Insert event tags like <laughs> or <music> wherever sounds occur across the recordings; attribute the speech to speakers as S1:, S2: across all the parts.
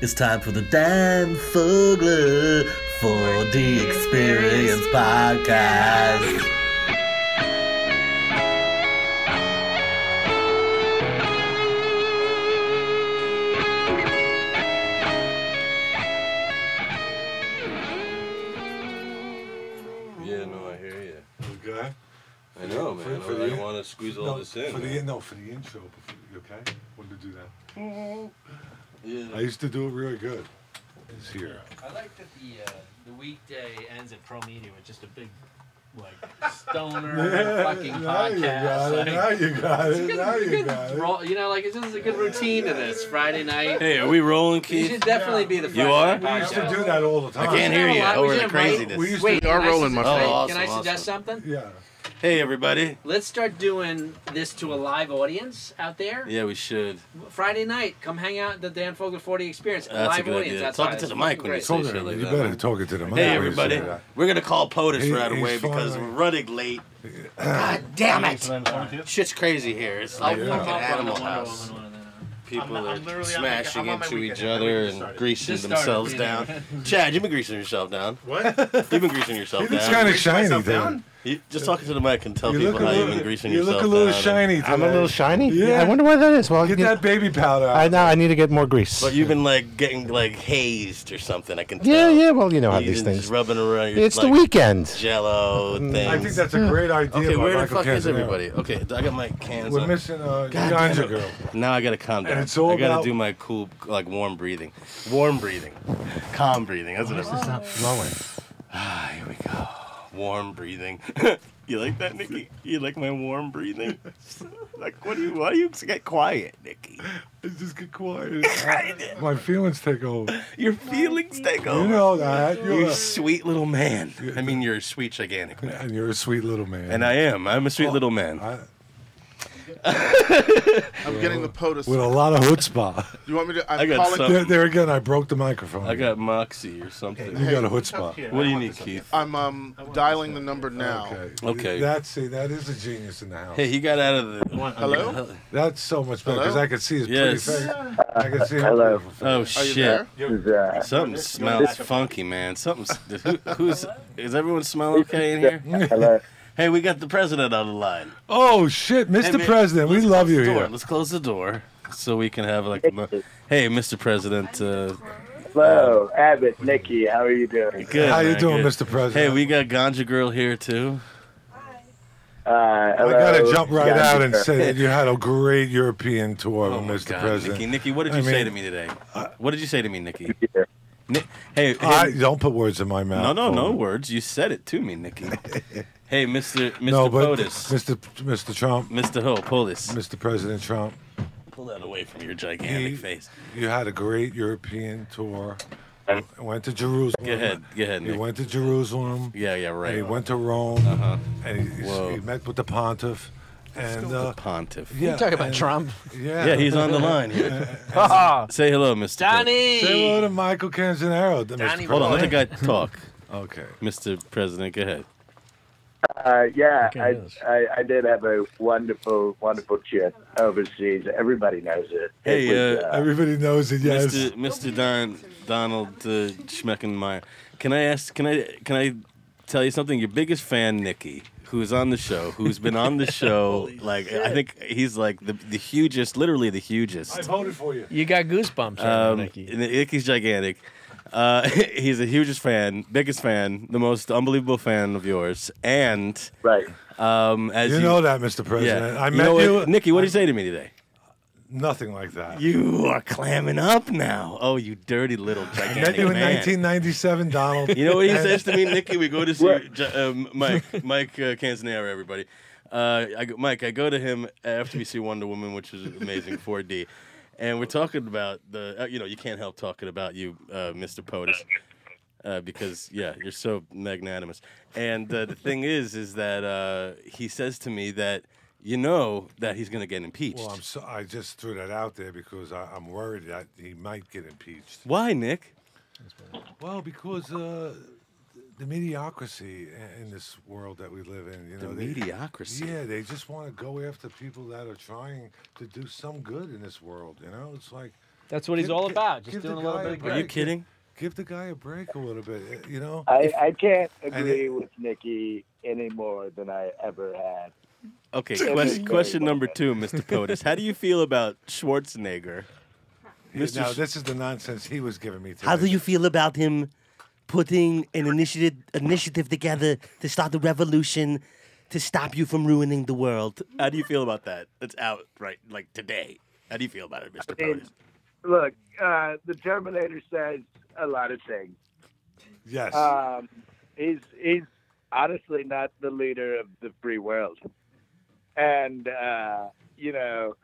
S1: It's time for the Dan Fogler 4D Experience Podcast.
S2: Yeah, no, I hear you.
S3: Okay.
S2: I know,
S3: For-
S2: man.
S3: for
S2: I,
S3: the-
S2: want to squeeze all
S3: no,
S2: this in.
S3: for the
S2: man.
S3: no for the intro. Before, you okay, when to do that. I
S2: yeah.
S3: used to do it really good.
S4: <laughs>
S3: It's here.
S5: I like that the uh, the weekday ends at Pro Media with just a big like stoner
S3: <laughs>
S5: fucking
S3: now you
S5: podcast.
S3: got it.
S5: Like,
S3: Now you got
S5: it's
S3: it.
S5: good-
S3: Now you
S5: good
S3: got it.
S5: roll- you know, like it's just a good routine to this Friday night.
S4: Hey, are we rolling,
S5: You
S4: Keith?
S5: should definitely be the
S4: You
S5: Friday
S4: are?
S3: We
S5: night
S3: used to
S5: podcast.
S3: do that all the time.
S4: I can't hear you
S5: Yeah, we
S4: over the
S5: should, right?
S4: craziness.
S3: We used
S5: Wait,
S3: to.
S4: We are
S5: can I
S4: rolling, my
S5: suggest-
S4: friend.
S5: Can
S4: Oh, Awesome,
S5: I suggest
S4: awesome.
S5: something?
S3: Yeah.
S4: Hey, everybody.
S5: Let's start doing this to a live audience out there.
S4: Yeah, we should.
S5: Friday night, come hang out at the Dan Fogler 40 Experience.
S4: That's a
S5: live
S4: good
S5: audience
S4: idea.
S5: outside.
S4: Talking to
S5: It's
S4: the mic
S5: fucking
S4: when
S5: great.
S4: you say
S3: Talk
S4: shit
S3: it,
S4: like
S3: you
S4: that.
S3: better talk it to the mic.
S4: Hey,
S3: when you say
S4: everybody.
S3: that.
S4: We're going to call POTUS
S3: He-
S4: right
S3: he's
S4: away because
S3: fine.
S4: we're running late. God damn it. Shit's crazy here. It's like
S3: Yeah.
S5: Pop up
S4: fucking
S5: on the
S4: Animal
S5: Wonder
S4: House.
S5: Woman one of them.
S4: People
S6: I'm- I'm literally
S4: are
S6: on my-
S4: smashing
S6: I'm on my
S4: into
S6: weekend.
S4: each
S6: I'm
S4: other
S6: already
S4: and
S6: started.
S4: greasing
S5: Just
S4: themselves down.
S5: started.
S4: <laughs> Chad, you've been greasing yourself down.
S6: What?
S4: You've been greasing
S3: He
S4: yourself
S3: looks
S4: down.
S3: kind of
S6: Reach
S3: shiny,
S6: myself
S3: dude.
S6: down?
S4: You, just talking to the mic and tell
S3: You
S4: people
S3: look a
S4: how you've
S3: little.
S4: been greasing
S3: you
S4: yourself
S3: look a little
S4: down.
S3: shiny.
S6: I'm a
S3: today.
S6: little shiny.
S3: Yeah.
S6: I wonder why that is. Well,
S3: Get
S6: you-
S3: that baby powder.
S6: I
S3: out.
S6: know I need to get more grease.
S4: But you've been like getting like hazed or something. I can tell.
S3: uh,
S6: yeah, yeah. Well, you know how
S4: You've
S6: these
S4: been
S6: things.
S4: Just rubbing around. Your,
S6: It's the
S4: like,
S6: weekend.
S4: Jello things.
S3: I think that's a great idea.
S4: okay,
S3: by
S4: where the
S3: Michael
S4: fuck is
S3: Canzanero.
S4: everybody? Okay, I got my cans.
S3: We're
S4: on.
S3: missing uh,
S4: God
S3: Ganja
S4: damn it.
S3: girl.
S4: Now I gotta calm down.
S3: And it's all
S4: I gotta
S3: about-
S4: do my cool, like warm breathing, warm breathing, calm breathing. That's what I'm saying.
S6: Stop flowing.
S4: Ah, here we go. Warm breathing. <laughs> you like that, Nikki? You like my warm
S3: <laughs>
S4: breathing? like, what do you? Why do you get quiet, Nikki?
S3: Let's just
S4: <laughs>
S3: get quiet. My feelings take over.
S4: Your feelings take over.
S3: You know that. You're
S4: You
S3: a-
S4: sweet little man. I mean, you're a sweet gigantic man.
S3: and you're a sweet little man.
S4: And I am. I'm a sweet little man.
S3: Oh, I-
S7: I'm getting the POTUS.
S3: with a lot of chutzpah.
S7: you want me to? I'm
S4: I got
S7: calling,
S4: some-
S3: there, there again, I broke the microphone.
S4: I got moxie or something.
S3: you got a
S6: Up
S3: chutzpah.
S6: here.
S4: What do you need, Keith?
S7: I'm um dialing the number now.
S3: Oh, Okay.
S4: Okay.
S3: That's see, that is a genius in the house.
S4: Hey, he got out of the.
S7: Hello.
S3: That's so much better because
S7: Hello?
S3: I could see his
S4: Yes.
S3: pretty face. I could see. him.
S8: Hello.
S4: Oh
S7: Are you
S4: shit!
S7: there?
S8: This is, uh,
S4: Something smells funky, man. Something's. Who,
S8: <laughs>
S4: who's? Is everyone smelling okay in here?
S8: hello.
S4: <laughs> Hey, we got the president on the line.
S3: Oh shit,
S4: Hey,
S3: Mr.
S4: man,
S3: President, we
S4: let's
S3: love
S4: close
S3: you
S4: the door.
S3: here.
S4: Let's close the door so we can have like. a- Hey, Mr. President. Uh, um,
S8: Hello, Abbott, Nikki. How are you doing?
S4: good.
S3: How you
S4: man,
S3: doing,
S4: good.
S3: Mr.
S4: Hey,
S3: President?
S4: we got Ganja Girl here too.
S8: Uh, hello.
S3: I gotta jump right
S8: Yeah,
S3: out and
S8: sure.
S3: say that you had a great European tour,
S4: Oh my
S3: Mr.
S4: God,
S3: President.
S4: Nikki, Nikki, what did
S3: I
S4: you say
S3: mean,
S4: to me today? What did you say to me, Nikki?
S8: Yeah.
S4: Ni- hey, hey
S3: I, don't put words in my mouth.
S4: no, no, no
S3: Paul.
S4: words. You said it to me,
S3: <laughs>
S4: Nikki. hey, Mr. Mr.
S3: No, but
S4: POTUS,
S3: Mr. Mr. Trump,
S4: Mr. Ho, pull this.
S3: Mr. President Trump,
S4: Pull that away from your gigantic
S3: He-
S4: face.
S3: you had a great European tour. You Went to Jerusalem.
S4: Go ahead, go ahead,
S3: You
S4: Nick.
S3: went to Jerusalem.
S4: Yeah, yeah,
S3: And
S4: right.
S3: he went to Rome,
S4: Uh-huh.
S3: and he,
S4: Whoa.
S3: he met with the pontiff, and uh,
S4: the pontiff.
S3: yeah, and- Yeah,
S4: Yeah, he's on the line
S3: <laughs>
S4: here. Say hello, Mr.
S5: Donnie!
S3: Say hello to Michael Canzanero. the
S5: Donnie
S3: Mr.
S4: Hold on, let the
S3: President.
S4: guy talk,
S3: Okay.
S4: Mr. President. Go ahead.
S8: Uh, yeah,
S6: hear
S8: I,
S6: this.
S8: I, I did have a wonderful, wonderful trip overseas. Everybody knows it.
S4: Hey,
S8: it
S4: uh,
S3: Everybody knows it. Yes.
S4: Mr. Mr. Don Donald uh, Schmeckenmeyer. Can I ask? Can I can I tell you something? Your biggest fan, Nikki, who is on the show, who's been on
S3: <laughs>
S4: the show. like I think he's like the the hugest, literally the hugest.
S3: I voted for you.
S6: You got goosebumps,
S4: Um, and Nicky's gigantic. Uh, <laughs> he's the hugest fan, biggest fan, the most unbelievable fan of yours. And
S8: right.
S4: um, as
S3: You
S4: you,
S3: know that, Mr. President. I met
S4: know what-
S3: you.
S4: Nikki. What did you say to me today?
S3: Nothing like that.
S4: You are clamming up now. Oh, you dirty little
S3: I
S4: gigantic
S3: met you in
S4: man.
S3: 1997, Donald.
S4: You know what he says
S3: <laughs>
S4: to me, Nikki? We go to see
S8: What?
S4: Ju- um, Mike, Mike uh, Canzanera, everybody. Uh, I go, Mike, I go to him after we see Wonder Woman, which is
S3: <laughs>
S4: amazing, 4D. And we're talking about the, uh, you know, you can't help talking about you, uh, Mr. POTUS, uh, because, yeah, you're so magnanimous. And uh, the thing is, is that uh, he says to me that, you know, that he's going to get impeached.
S3: Well, I'm so, I just threw that out there because I, I'm worried that he might get impeached.
S4: Why, Nick?
S3: Well, because uh, the mediocrity i- in this world that we live in, you
S4: The
S3: know, they-
S4: mediocrity.
S3: Yeah, they just want to go after people that are trying to do some good in this world. You know, it's like
S5: That's what he's all about. Just
S3: give the
S5: doing a little
S3: guy
S5: bit
S3: a
S5: of
S4: Are
S3: break.
S4: you kidding?
S3: Give the guy a break a little bit. eh, You know,
S8: I, I can't
S3: it-
S8: agree with Nikki any more than I ever had.
S4: Okay,
S8: Dude.
S4: question, question number two, Mr. POTUS. How do you feel about Schwarzenegger? Mr.
S3: now
S4: Sch-
S3: this is the nonsense he was giving me. Today.
S1: How do you feel about him putting an initiative initiative together to start the revolution to stop you from ruining the world?
S4: How do you feel about that? That's out right like today. How do you feel about it, Mr.
S8: I mean,
S4: POTUS?
S8: Look, uh, the Terminator says a lot of things.
S3: Yes.
S4: uh,
S8: Um, he's he's honestly not the leader of the free world, and uh, you know,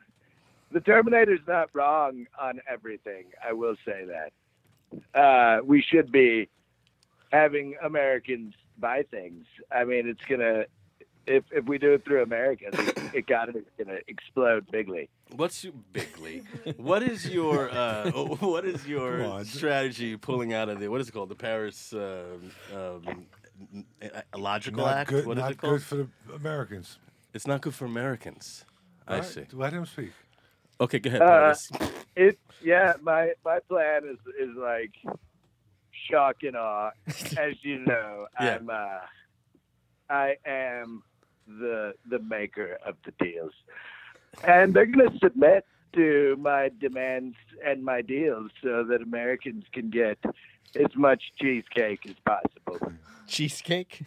S8: the Terminator's not wrong on everything. I will say that uh, we should be having Americans buy things. I mean, it's gonna. If, if we do it through America, it, it got it's gonna explode bigly.
S4: What's your <laughs> bigly? What is your uh, <laughs> what is
S3: Come
S4: your
S3: on.
S4: strategy pulling out of the what is it called the Paris um, um, n- n- illogical
S3: not
S4: act?
S3: good.
S4: what is
S3: not
S4: it called?
S3: good for the Americans.
S4: it's not good for Americans. I
S3: All right,
S4: see.
S3: Let him speak.
S4: Okay, go ahead,
S8: Uh,
S4: POTUS.
S8: It yeah, my my plan is is like shock and awe. As you know,
S4: Yeah.
S8: I'm uh, I am the the maker of the deals, and they're going to submit to my demands and my deals so that Americans can get as much cheesecake as possible.
S6: Cheesecake?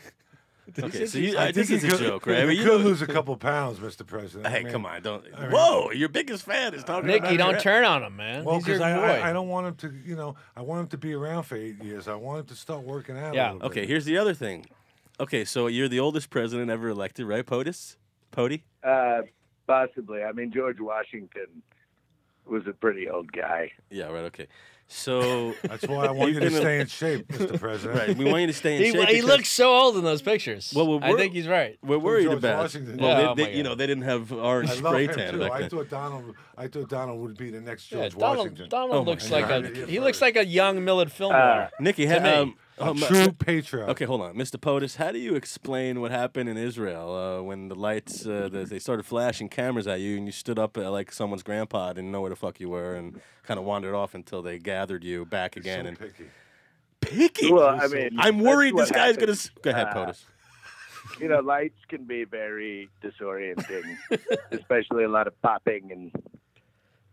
S4: Okay, so you, I, think
S3: he
S4: it's a
S3: could-
S4: joke, right? I mean,
S3: He
S4: you
S3: could
S4: don't-
S3: lose a couple pounds, Mr.
S4: <laughs>
S3: President.
S4: Hey,
S3: I mean,
S4: come on! Don't.
S3: I mean-
S4: Whoa, your biggest fan is talking.
S3: Nick,
S4: about
S6: Nicky,
S4: your-
S6: don't turn on him, man.
S3: Well,
S6: He's your
S3: because I, I, I
S6: boy.
S3: don't want him to, you know, I want him to be around for eight years. I want him to start working out. a
S6: Yeah.
S3: little bit.
S4: Okay, here's the other thing. Okay, so you're the oldest president ever elected, right, POTUS? Pody?
S8: Uh, possibly, I mean George Washington was a pretty old guy.
S4: Yeah, right. Okay, so
S3: That's why I want you to stay in shape, Mr. President.
S4: right, we want you to stay
S6: <laughs>
S4: in
S6: He,
S4: shape.
S6: he
S4: because
S6: looks so old in those pictures.
S4: Well, we're-
S6: I think he's right.
S4: We're worried
S3: George
S4: about.
S3: Washington.
S4: Well,
S6: Yeah,
S4: they,
S6: oh
S4: they,
S6: my
S4: you know,
S6: God.
S4: they didn't have
S3: I
S4: orange
S3: love
S4: spray
S3: him
S4: tan
S3: too.
S4: back
S3: I
S4: then.
S3: thought Donald. I thought Donald would be the next
S6: Yeah,
S3: George Washington.
S6: Donald, Donald
S4: Oh my
S6: looks like
S3: God.
S6: a he looks like a young Millard
S5: Uh,
S6: Fillmore.
S4: Nikki,
S6: To
S4: ha-
S6: me.
S4: um,
S3: a
S4: um,
S3: true
S4: <laughs>
S3: patriot.
S4: Okay, hold on, Mr. POTUS. How do you explain what happened in Israel uh, when the lights uh, the, they started flashing cameras at you and you stood up uh, like someone's grandpa didn't know where the fuck you were and kind of wandered off until they gathered you back
S3: He's so
S4: again and
S3: picky.
S4: picky.
S8: Well, I mean,
S4: I'm
S8: that's
S4: worried
S8: what
S4: this guy's
S8: happens.
S4: gonna. s- Go ahead,
S8: Uh,
S4: POTUS.
S8: you know, lights can be very
S3: <laughs>
S8: disorienting, especially a lot of popping and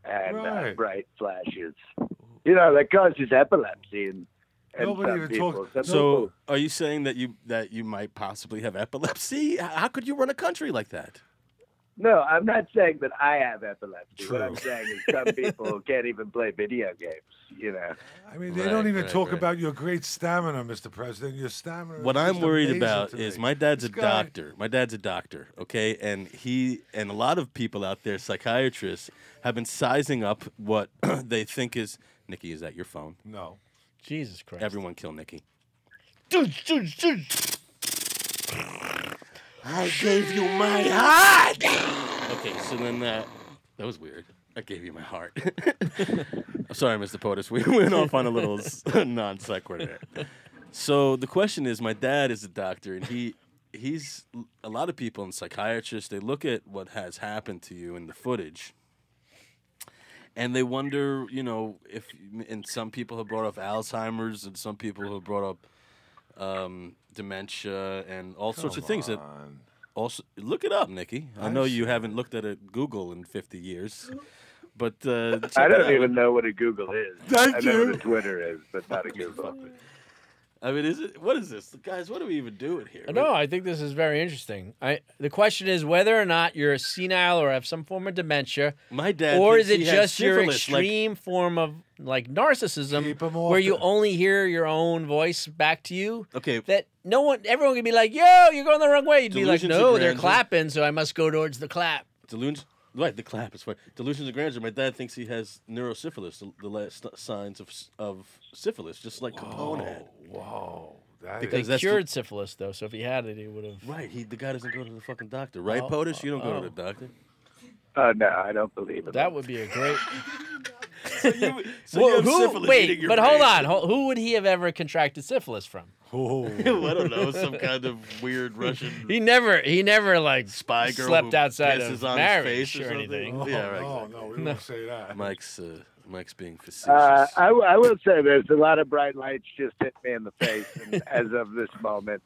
S8: and uh,
S3: Right.
S8: bright flashes. You know, that causes epilepsy and, and
S3: Nobody
S8: some
S3: even
S8: people.
S3: talks-
S8: Some
S4: So, are you saying that you that you might possibly have epilepsy? H- How could you run a country like that?
S8: people- no, I'm not saying that I have epilepsy. What I'm
S3: True.
S8: saying is
S3: <laughs>
S8: some people can't even play video games. You know,
S3: I mean, they
S4: Right,
S3: don't even
S4: right,
S3: talk
S4: right.
S3: about your great stamina, Mr. President. Your stamina.
S4: What
S3: is
S4: I'm
S3: just
S4: worried
S3: amazing
S4: about
S3: to
S4: is
S3: me.
S4: my dad's a
S3: This guy-
S4: doctor. My dad's a doctor, okay? And he and a lot of people out there, psychiatrists, have been sizing up what <clears throat> they think is. Nikki, is that your phone?
S3: No.
S6: Jesus Christ.
S4: Everyone kill Nikki. I gave you my heart. Okay, so then uh, that was weird. I gave you my heart. <laughs> I'm sorry, Mr. POTUS. We <laughs> went off on a little s- <laughs> non sequitur. there. So the question is, my dad is a doctor, and he he's a lot of people and psychiatrists. They look at what has happened to you in the footage, and they wonder, you know, if and some people have brought up Alzheimer's, and some people have brought up um, dementia, and all sorts of
S3: Come
S4: things that
S3: on.
S4: also, look it up, Nikki. I
S3: I've
S4: know you haven't looked at a Google in 50 years, but uh, check
S8: <laughs> I
S4: it
S8: don't
S4: out.
S8: even know what a Google is.
S4: Thank
S8: I know
S4: you.
S8: what a Twitter is, but not a Google.
S4: I mean, is it? What is this, guys? What are we even doing here?
S6: No, I think this is very interesting. I the question is whether or not you're senile or have some form of dementia,
S4: my dad.
S6: or is it
S4: thinks he had
S6: just your
S4: syphilis, like-
S6: extreme form of like narcissism,
S3: Keep 'em off
S6: where you
S3: it.
S6: only hear your own voice back to you?
S4: okay,
S6: That no one, everyone can be like, "Yo, you're going the wrong way." You'd be
S4: Delusions
S6: like,
S4: of
S6: "No, they're
S4: grandeur.
S6: clapping, so I must go towards the clap."
S4: delusions. Right, the clap is fine. Delusions of grandeur. My dad thinks he has neurosyphilis, the, the last signs of of syphilis, just like Capone had.
S6: Oh.
S3: Whoa. That
S4: Because
S3: is, <laughs>
S4: that's the-
S6: Cured syphilis, though, so if he had it, he would have.
S4: Right, he the guy doesn't go to the fucking doctor. Right,
S6: Oh,
S4: POTUS, you don't go
S6: oh.
S4: to
S6: <laughs>
S4: the doctor.
S8: Oh no, I don't believe it.
S6: That would be a <laughs> great.
S4: So you, <laughs> so
S6: Well,
S4: you have
S6: who-
S4: syphilis eating
S6: wait,
S4: your
S6: but hold
S4: brain.
S6: on. Ho- Who would he have ever contracted syphilis from?
S4: <laughs>
S3: oh,
S4: I don't know, some kind
S6: <laughs>
S4: of weird Russian
S6: He never, he never like
S4: spy girl
S6: slept
S4: who
S6: outside
S4: pisses
S6: of
S4: on his
S6: marriage
S4: face or
S6: or,
S4: something?
S6: anything.
S3: oh,
S4: Yeah, right,
S3: no,
S4: exactly.
S3: no, we won't say that.
S4: Mike's uh, Mike's being facetious.
S8: Uh, I, w- I will say this: a lot of bright lights just hit me in the face, and as of this moment,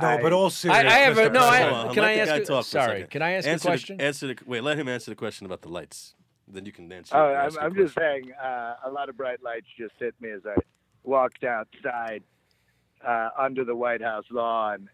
S3: No,
S8: I-
S3: but all
S6: I, I
S3: serious.
S6: have a
S3: Mr.
S6: no.
S3: President.
S4: Hold
S6: I,
S4: on,
S6: can
S4: let
S6: I
S4: the
S6: ask?
S4: guy
S6: a-
S4: talk for a
S6: sorry,
S4: second.
S6: can I ask
S4: answer
S6: a question?
S4: The, answer the wait. Let him answer the question about the lights. Then you can answer.
S8: oh,
S4: ask
S8: I'm,
S4: your
S8: I'm just
S4: question.
S8: saying, uh, a lot of bright lights just hit me as I walked outside uh, under the White House lawn,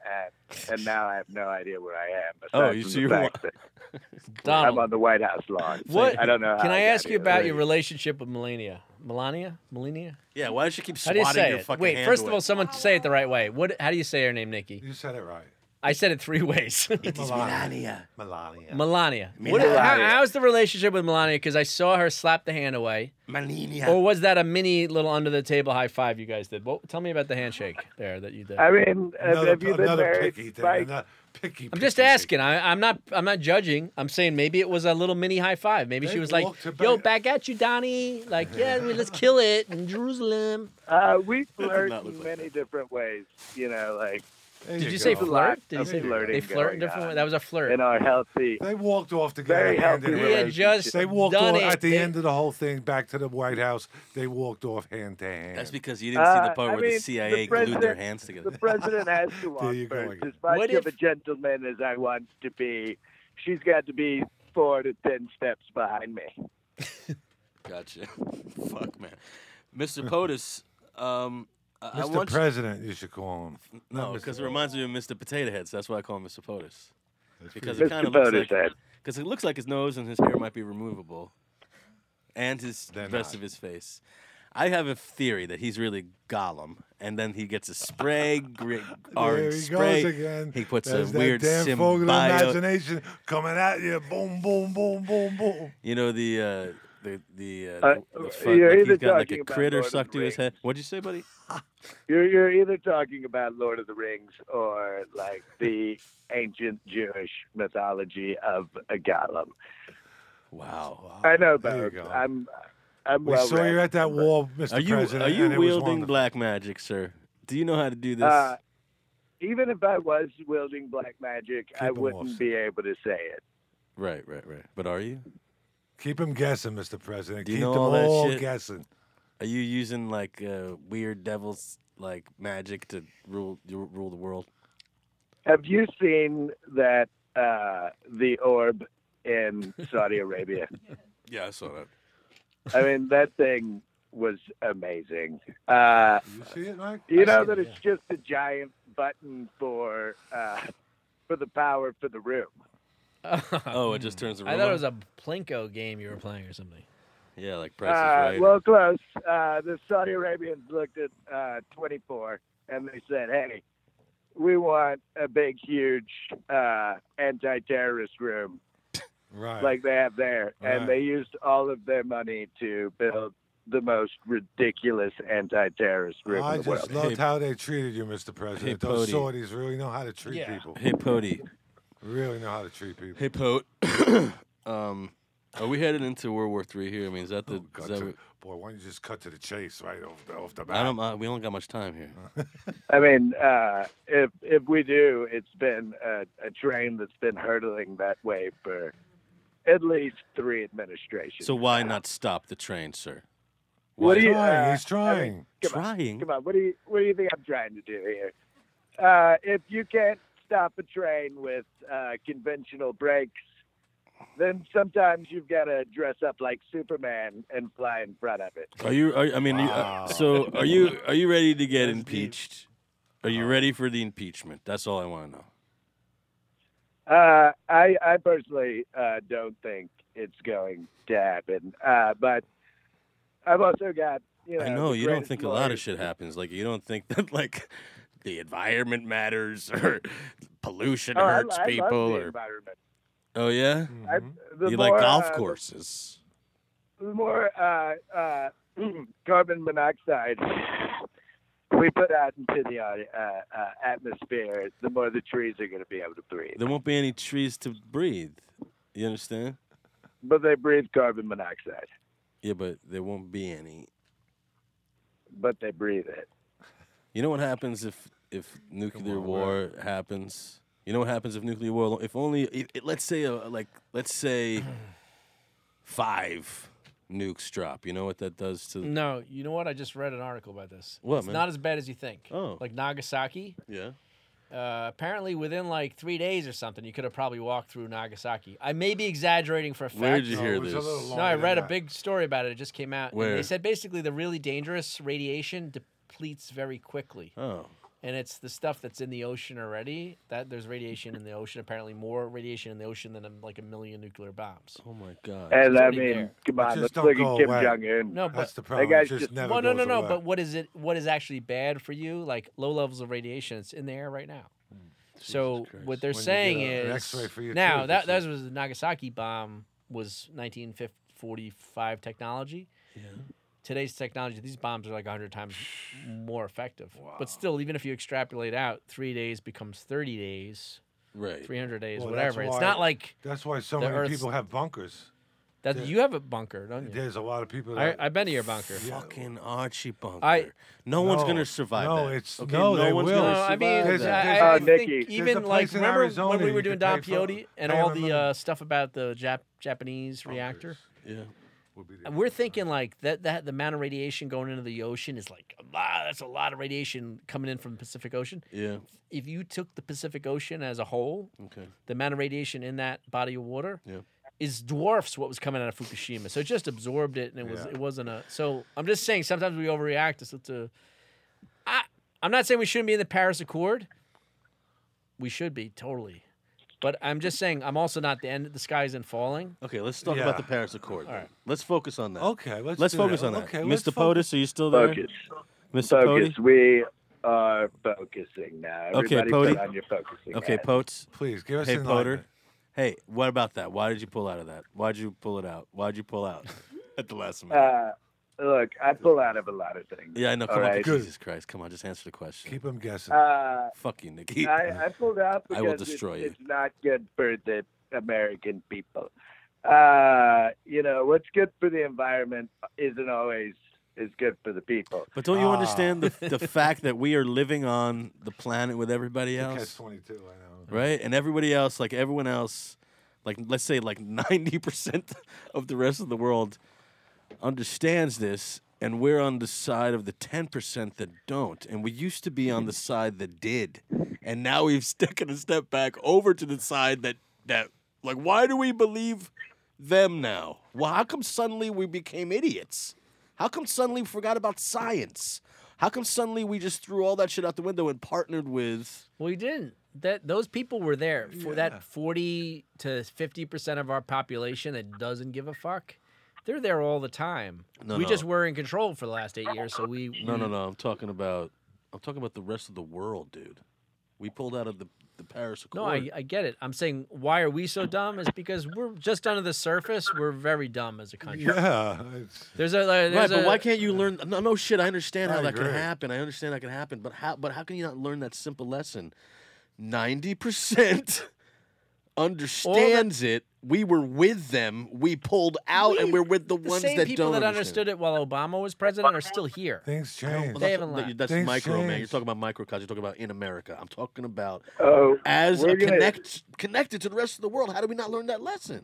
S8: and and now I have no idea where I am.
S4: Oh,
S8: aside
S4: you-
S8: from
S4: so
S8: the
S4: you're
S8: fact
S4: wa-
S8: that I'm
S6: Donald,
S8: on the White House lawn.
S6: What-
S8: I don't know.
S6: can
S8: how
S6: I
S8: got
S6: ask you
S8: here.
S6: about your relationship with Melania? Melania? Melania?
S4: Yeah, why does she keep
S6: How
S4: swatting
S6: do you say
S4: your
S6: it?
S4: fucking
S6: Wait,
S4: hand
S6: first of
S4: away?
S6: all, someone say it the right way. What? How do you say her name, Nikki?
S3: You said it right.
S6: I said it three <laughs> ways.
S1: It is
S3: Melania.
S1: Melania.
S3: Melania.
S6: Melania. What, how,
S8: Melania.
S6: how's the relationship with Melania? Because I saw her slap the hand away.
S1: Melania.
S6: Or was that a mini little under the table high five you guys did? What, tell me about the handshake there that you did.
S8: I mean,
S3: another,
S8: have you been
S3: another
S8: married,
S3: picky thing.
S8: Spike?
S3: another picky,
S6: I'm just
S3: picky,
S6: asking. I, I'm not. I'm not judging. I'm saying maybe it was a little mini high five. Maybe
S3: They
S6: she was like,
S3: walked about-
S6: "Yo, back at you, Donnie." Like, yeah, we- let's kill it in Jerusalem.
S8: Uh, we
S4: does
S8: flirt
S4: not
S8: in
S4: look like
S8: many different ways, you know, like
S3: picky. There
S6: Did you say
S3: go.
S6: flirt? Did you
S8: Lots
S6: say
S8: of flirting
S6: they flirt in
S8: going
S6: different
S8: on.
S6: ways? That was a flirt.
S8: in our healthy.
S3: They walked off together.
S8: Very
S3: hand in
S8: healthy
S3: hand.
S6: Yeah, just
S3: They walked
S6: done
S3: off
S6: it.
S3: at the
S6: They-
S3: end of the whole thing back to the White House. They walked off hand to hand.
S4: That's because you didn't see the
S8: Uh,
S4: part
S8: I
S4: where
S8: mean,
S4: the
S8: the
S4: CIA glued their
S8: president- <laughs>
S4: hands
S8: <laughs> The
S4: together.
S8: president has to walk
S3: you go
S8: first.
S3: again.
S8: As much
S6: What
S8: of
S6: if-
S8: a gentleman as I want to be, she's got to be four to ten steps behind me.
S4: Gotcha. <laughs> Fuck, man.
S6: <laughs>
S4: Mr. POTUS, um, I, I
S3: Mr.
S4: want you-
S3: President, you should call him.
S4: no,
S3: Mr.
S4: because it reminds me of Mr. Potato Head, so that's why I call him Mr. POTUS. Because it kind
S8: Mr.
S4: of looks
S8: Voter
S4: like
S8: said,
S4: because it looks like his nose and his hair might be removable, and his
S3: They're
S4: rest
S3: not.
S4: of his face. I have a theory that he's really Gollum, and then he gets a
S3: <laughs>
S4: spray, gri-
S3: there
S4: orange
S3: he
S4: spray.
S3: goes again.
S4: He puts
S3: There's
S4: a
S3: that
S4: weird
S3: damn Fogel
S4: symbiote.
S3: imagination coming at you. Boom, boom, boom, boom, boom.
S4: You know the uh, the the, uh,
S8: Uh,
S4: the fuck,
S8: you're
S4: like
S8: either
S4: he's got like
S8: talking
S4: a
S8: about
S4: critter
S8: Lord of the
S4: stuck to his
S8: Rings.
S4: head. What'd you say, buddy?
S8: you're, you're either talking about Lord of the Rings or like
S3: <laughs>
S8: the ancient Jewish mythology of a golem.
S4: Wow.
S8: I know
S3: There you
S8: both.
S3: go.
S8: I'm, I'm
S3: we
S8: well
S3: saw you
S8: read,
S3: at that
S8: but-
S3: wall, Mr.
S4: Are you
S3: President.
S4: are you
S3: and it was
S4: wielding
S3: wonderful.
S4: black magic, sir? Do you know how to do this?
S8: Uh, even if I was wielding black magic,
S3: Keep
S8: I
S3: 'em
S8: wouldn't
S3: off.
S8: be able to say it.
S4: right, right, right. But are you?
S3: Keep him guessing, Mr. President.
S4: Do you
S3: Keep
S4: know
S3: them
S4: all that
S3: all
S4: shit?
S3: guessing.
S4: Are you using like uh, weird devils like magic to rule you rule the world?
S8: Have you seen that uh, the orb
S4: <laughs>
S8: in Saudi Arabia?
S4: Yeah, I saw that.
S8: I mean, that thing was amazing. Uh,
S3: You see it, Mike?
S8: you know that it's just a giant button for uh, for the power for the room. uh,
S4: Oh, it just turns the
S6: <laughs>
S4: room.
S6: Uh, I thought
S4: on?
S6: it was a Plinko game you were playing or something.
S4: yeah, like Price is
S8: Uh,
S4: Right.
S8: well, close. Uh, the Saudi Arabians looked at uh, 24 and they said, hey, we want a big, huge uh, anti terrorist room
S3: Right.
S8: like they have there,
S3: Right.
S8: and they used all of their money to build the most ridiculous anti-terrorist group
S3: I
S8: in the world.
S3: just loved
S4: Hey-
S3: how they treated you, Mr. President. Those
S4: Pody.
S3: Saudis really know how to treat
S6: Yeah.
S3: people.
S4: hey, Pody.
S3: Really know how to treat people.
S4: Hey, Pote. <coughs> um, are we headed into World War Three here? I mean, is that the?
S3: Oh,
S4: is
S3: cut
S4: that
S3: to-
S4: what-
S3: boy, why don't you just cut to the chase right off the, off the bat?
S4: I don't. Uh, we don't got much time here.
S8: I mean, uh, if if we do, it's been a, a train that's been hurtling that way for at least three administrations.
S4: So why not stop the train, sir?
S8: What
S3: he's
S8: do you?
S3: trying.
S8: uh,
S3: he's trying.
S8: Come on.
S4: Trying.
S8: Come on, what do you what do you think I'm trying to do here? Uh, if you can't stop a train with uh, conventional brakes, then sometimes you've got to dress up like Superman and fly in front of it.
S4: Are you? Are, I mean, you- uh,
S3: Wow.
S4: so are you? Are you ready to get
S3: That's deep.
S4: impeached? Are you ready for the impeachment? That's all I want to know.
S8: Uh, I I personally uh, don't think it's going to happen, uh, but I've also got you know.
S4: I know
S8: the
S4: you don't
S8: greatest
S4: think a lot of
S8: lawyers.
S4: shit happens. Like you don't think <laughs> that like the environment matters or pollution
S8: Oh, I-
S4: hurts
S8: I love
S4: people
S8: the
S4: or
S8: environment.
S4: oh yeah,
S8: I-
S3: Mhm.
S8: the
S4: you
S8: more,
S4: like golf
S8: uh,
S4: courses.
S8: the more uh, uh, <clears throat> carbon monoxide we put out into the uh, uh, uh, atmosphere, the more the trees are going to be able to breathe.
S4: There won't be any trees to breathe. You understand?
S8: But they breathe carbon monoxide.
S4: Yeah, but there won't be any.
S8: But they breathe it.
S4: You know what happens if if nuclear
S3: on,
S4: war happens? You know what happens if nuclear war? If only, if, if- let's say, uh, like, let's say, five nukes drop. You know what that does to?
S6: No, you know what? I just read an article about this.
S4: What,
S6: it's
S4: man?
S6: not as bad as you think.
S4: Oh.
S6: Like Nagasaki.
S4: Yeah.
S6: Uh, apparently, within like three days or something, you could have probably walked through Nagasaki. I may be exaggerating for a fact.
S4: Where did you
S3: No,
S4: hear
S3: it was a
S4: this?
S6: No,
S3: little
S6: I
S3: longer than
S6: read a
S3: that.
S6: big story about it. It just came out. and
S4: Where?
S6: they said basically the really dangerous radiation depletes very quickly,
S4: Oh,
S6: and it's the stuff that's in the ocean already. That there's radiation in the ocean. Apparently, more radiation in the ocean than um, like a million nuclear bombs.
S4: oh my God.
S8: And I
S6: already
S8: mean,
S6: there.
S8: come on,
S3: just
S8: let's
S3: don't
S8: look
S3: go
S8: at Kim
S3: away.
S8: Jong Un.
S6: No,
S3: That's
S6: but
S3: the problem.
S8: guy's
S3: It just
S8: just-
S3: never
S6: well, no,
S3: goes
S6: no, no.
S3: away.
S6: But what is it? What is actually bad for you? Like low levels of radiation. It's in the air right now. so
S4: Jesus
S6: what
S4: Christ.
S6: they're
S3: Hmm. When you get
S6: saying
S3: a- an
S6: is
S3: X-ray for your
S6: now
S3: tooth,
S6: that
S3: it's
S6: that was the Nagasaki bomb was 1945 technology.
S4: Yeah.
S6: Today's technology, these bombs are like 100 times more effective. But still, even if you extrapolate out, three days becomes 30 days,
S4: Right.
S6: 300 days,
S3: Well, that's
S6: whatever. It's
S3: why-
S6: not like
S3: That's why so
S6: The
S3: many
S6: Earth's-
S3: people have bunkers.
S6: that.
S3: Yeah.
S6: You have a bunker, don't you?
S3: There's a lot of people.
S6: I,
S3: That,
S6: I've been to your bunker.
S3: Yeah.
S4: Fucking Archie Bunker.
S6: I-
S4: no, one's
S3: No,
S4: gonna survive.
S3: no,
S4: that.
S3: it's- no, they will.
S6: No,
S4: gonna
S6: I mean,
S4: survive
S3: There's a-
S4: that.
S6: I,
S3: there's
S6: I, I
S8: a- Oh, Nikki.
S6: think
S3: Uh, There's a
S6: even like
S3: place in
S6: remember
S3: Arizona
S6: when we
S3: you
S6: were
S3: can
S6: doing Don
S3: pay for-
S6: Peyote and
S3: pay
S6: all
S3: on
S6: the
S3: aluminum.
S6: uh, stuff about the Jap- Japanese reactor.
S4: yeah.
S3: Would be the-
S6: We're thinking like that that the amount of radiation going into the ocean is like a lot. That's a lot of radiation coming in from the Pacific Ocean.
S4: Yeah.
S6: If you took the Pacific Ocean as a whole,
S4: Okay.
S6: the amount of radiation in that body of water
S4: Yeah.
S6: is dwarfs what was coming out of Fukushima. So it just absorbed it, and it was
S3: Yeah.
S6: it wasn't a. So I'm just saying sometimes we overreact to. to I I'm not saying we shouldn't be in the Paris Accord. We should be totally, but I'm just saying I'm also not the end. The sky isn't falling.
S4: Okay. Let's talk
S3: Yeah.
S4: about the Paris Accord. then.
S6: All right.
S4: Let's focus on that.
S3: Okay, let's
S4: Let's
S3: do
S4: focus on that.
S3: Okay, let's
S4: Mr.
S3: focus-
S4: Potus, are you still there?
S8: Focus,
S4: Mr.
S8: focus.
S4: Pody.
S8: We are focusing now.
S4: Okay,
S8: Everybody
S4: Pody.
S8: put on your focusing.
S4: Okay,
S8: hat.
S4: Potes.
S3: Please give us
S4: Hey,
S3: an
S4: Potter. Hey, what about that? Why did you pull out of that? Why'd you pull it out? Why'd you pull
S8: <laughs>
S4: out at the last minute?
S8: Uh, look, I pull out of a lot of things.
S4: yeah, I know. Come
S8: all
S4: on,
S8: right.
S4: Jesus Christ! Come on, just answer the question.
S3: Keep them guessing.
S8: Uh,
S4: Fuck you, <laughs> Nikki.
S8: I, I pulled out
S4: I
S8: because
S4: will
S8: it's-
S4: destroy you.
S8: it's, not good for the American people. Uh, you know, what's good for the environment isn't always is good for the people.
S4: but don't you
S3: Ah.
S4: understand the, the fact that we are living on the planet with everybody
S3: Catch
S4: else,
S3: twenty-two. I know.
S4: right? And everybody else, like everyone else, like let's say like <laughs> ninety percent of the rest of the world understands this, and we're on the side of the ten percent that don't. And we used to be on the side that did, and now we've <laughs> taken a step back over to the side that that like why do we believe them now? Well, how come suddenly we became idiots? How come suddenly we forgot about science? How come suddenly we just threw all that shit out the window and partnered with?
S6: Well, you didn't. That those people were there for
S3: Yeah.
S6: that forty to fifty percent of our population that doesn't give a fuck. They're there all the time.
S4: No,
S6: we
S4: no.
S6: just were in control for the last eight years, so we
S4: No,
S6: we-
S4: no, no. I'm talking about I'm talking about the rest of the world, dude. We pulled out of the the Paris Accord.
S6: No, I, I get it. I'm saying why are we so dumb? Is because we're just under the surface. We're very dumb as a country.
S3: Yeah, it's,
S6: There's a like,
S4: Right,
S6: there's
S4: but
S6: a-
S4: why can't you learn? No, no shit. I understand
S3: I
S4: how that can
S3: agree.
S4: happen. I understand that can happen. But how? But how can you not learn that simple lesson? Ninety percent <laughs> understands it. We were with them. We pulled out, and
S6: We-
S4: we're with the,
S6: the
S4: ones
S6: same
S4: that
S6: people
S4: don't
S6: that
S4: understand.
S6: understood it while Obama was president are still here.
S3: things
S4: Well,
S3: change.
S6: They
S4: that's-
S6: haven't
S4: that-
S6: left.
S4: That's
S3: Things
S4: micro, man. You're
S3: changed.
S4: talking about microcosm. You're talking about in America. I'm talking about
S8: Oh,
S4: as
S8: We're
S4: a
S8: gonna-
S4: connect connected to the rest of the world. How do we not learn that lesson?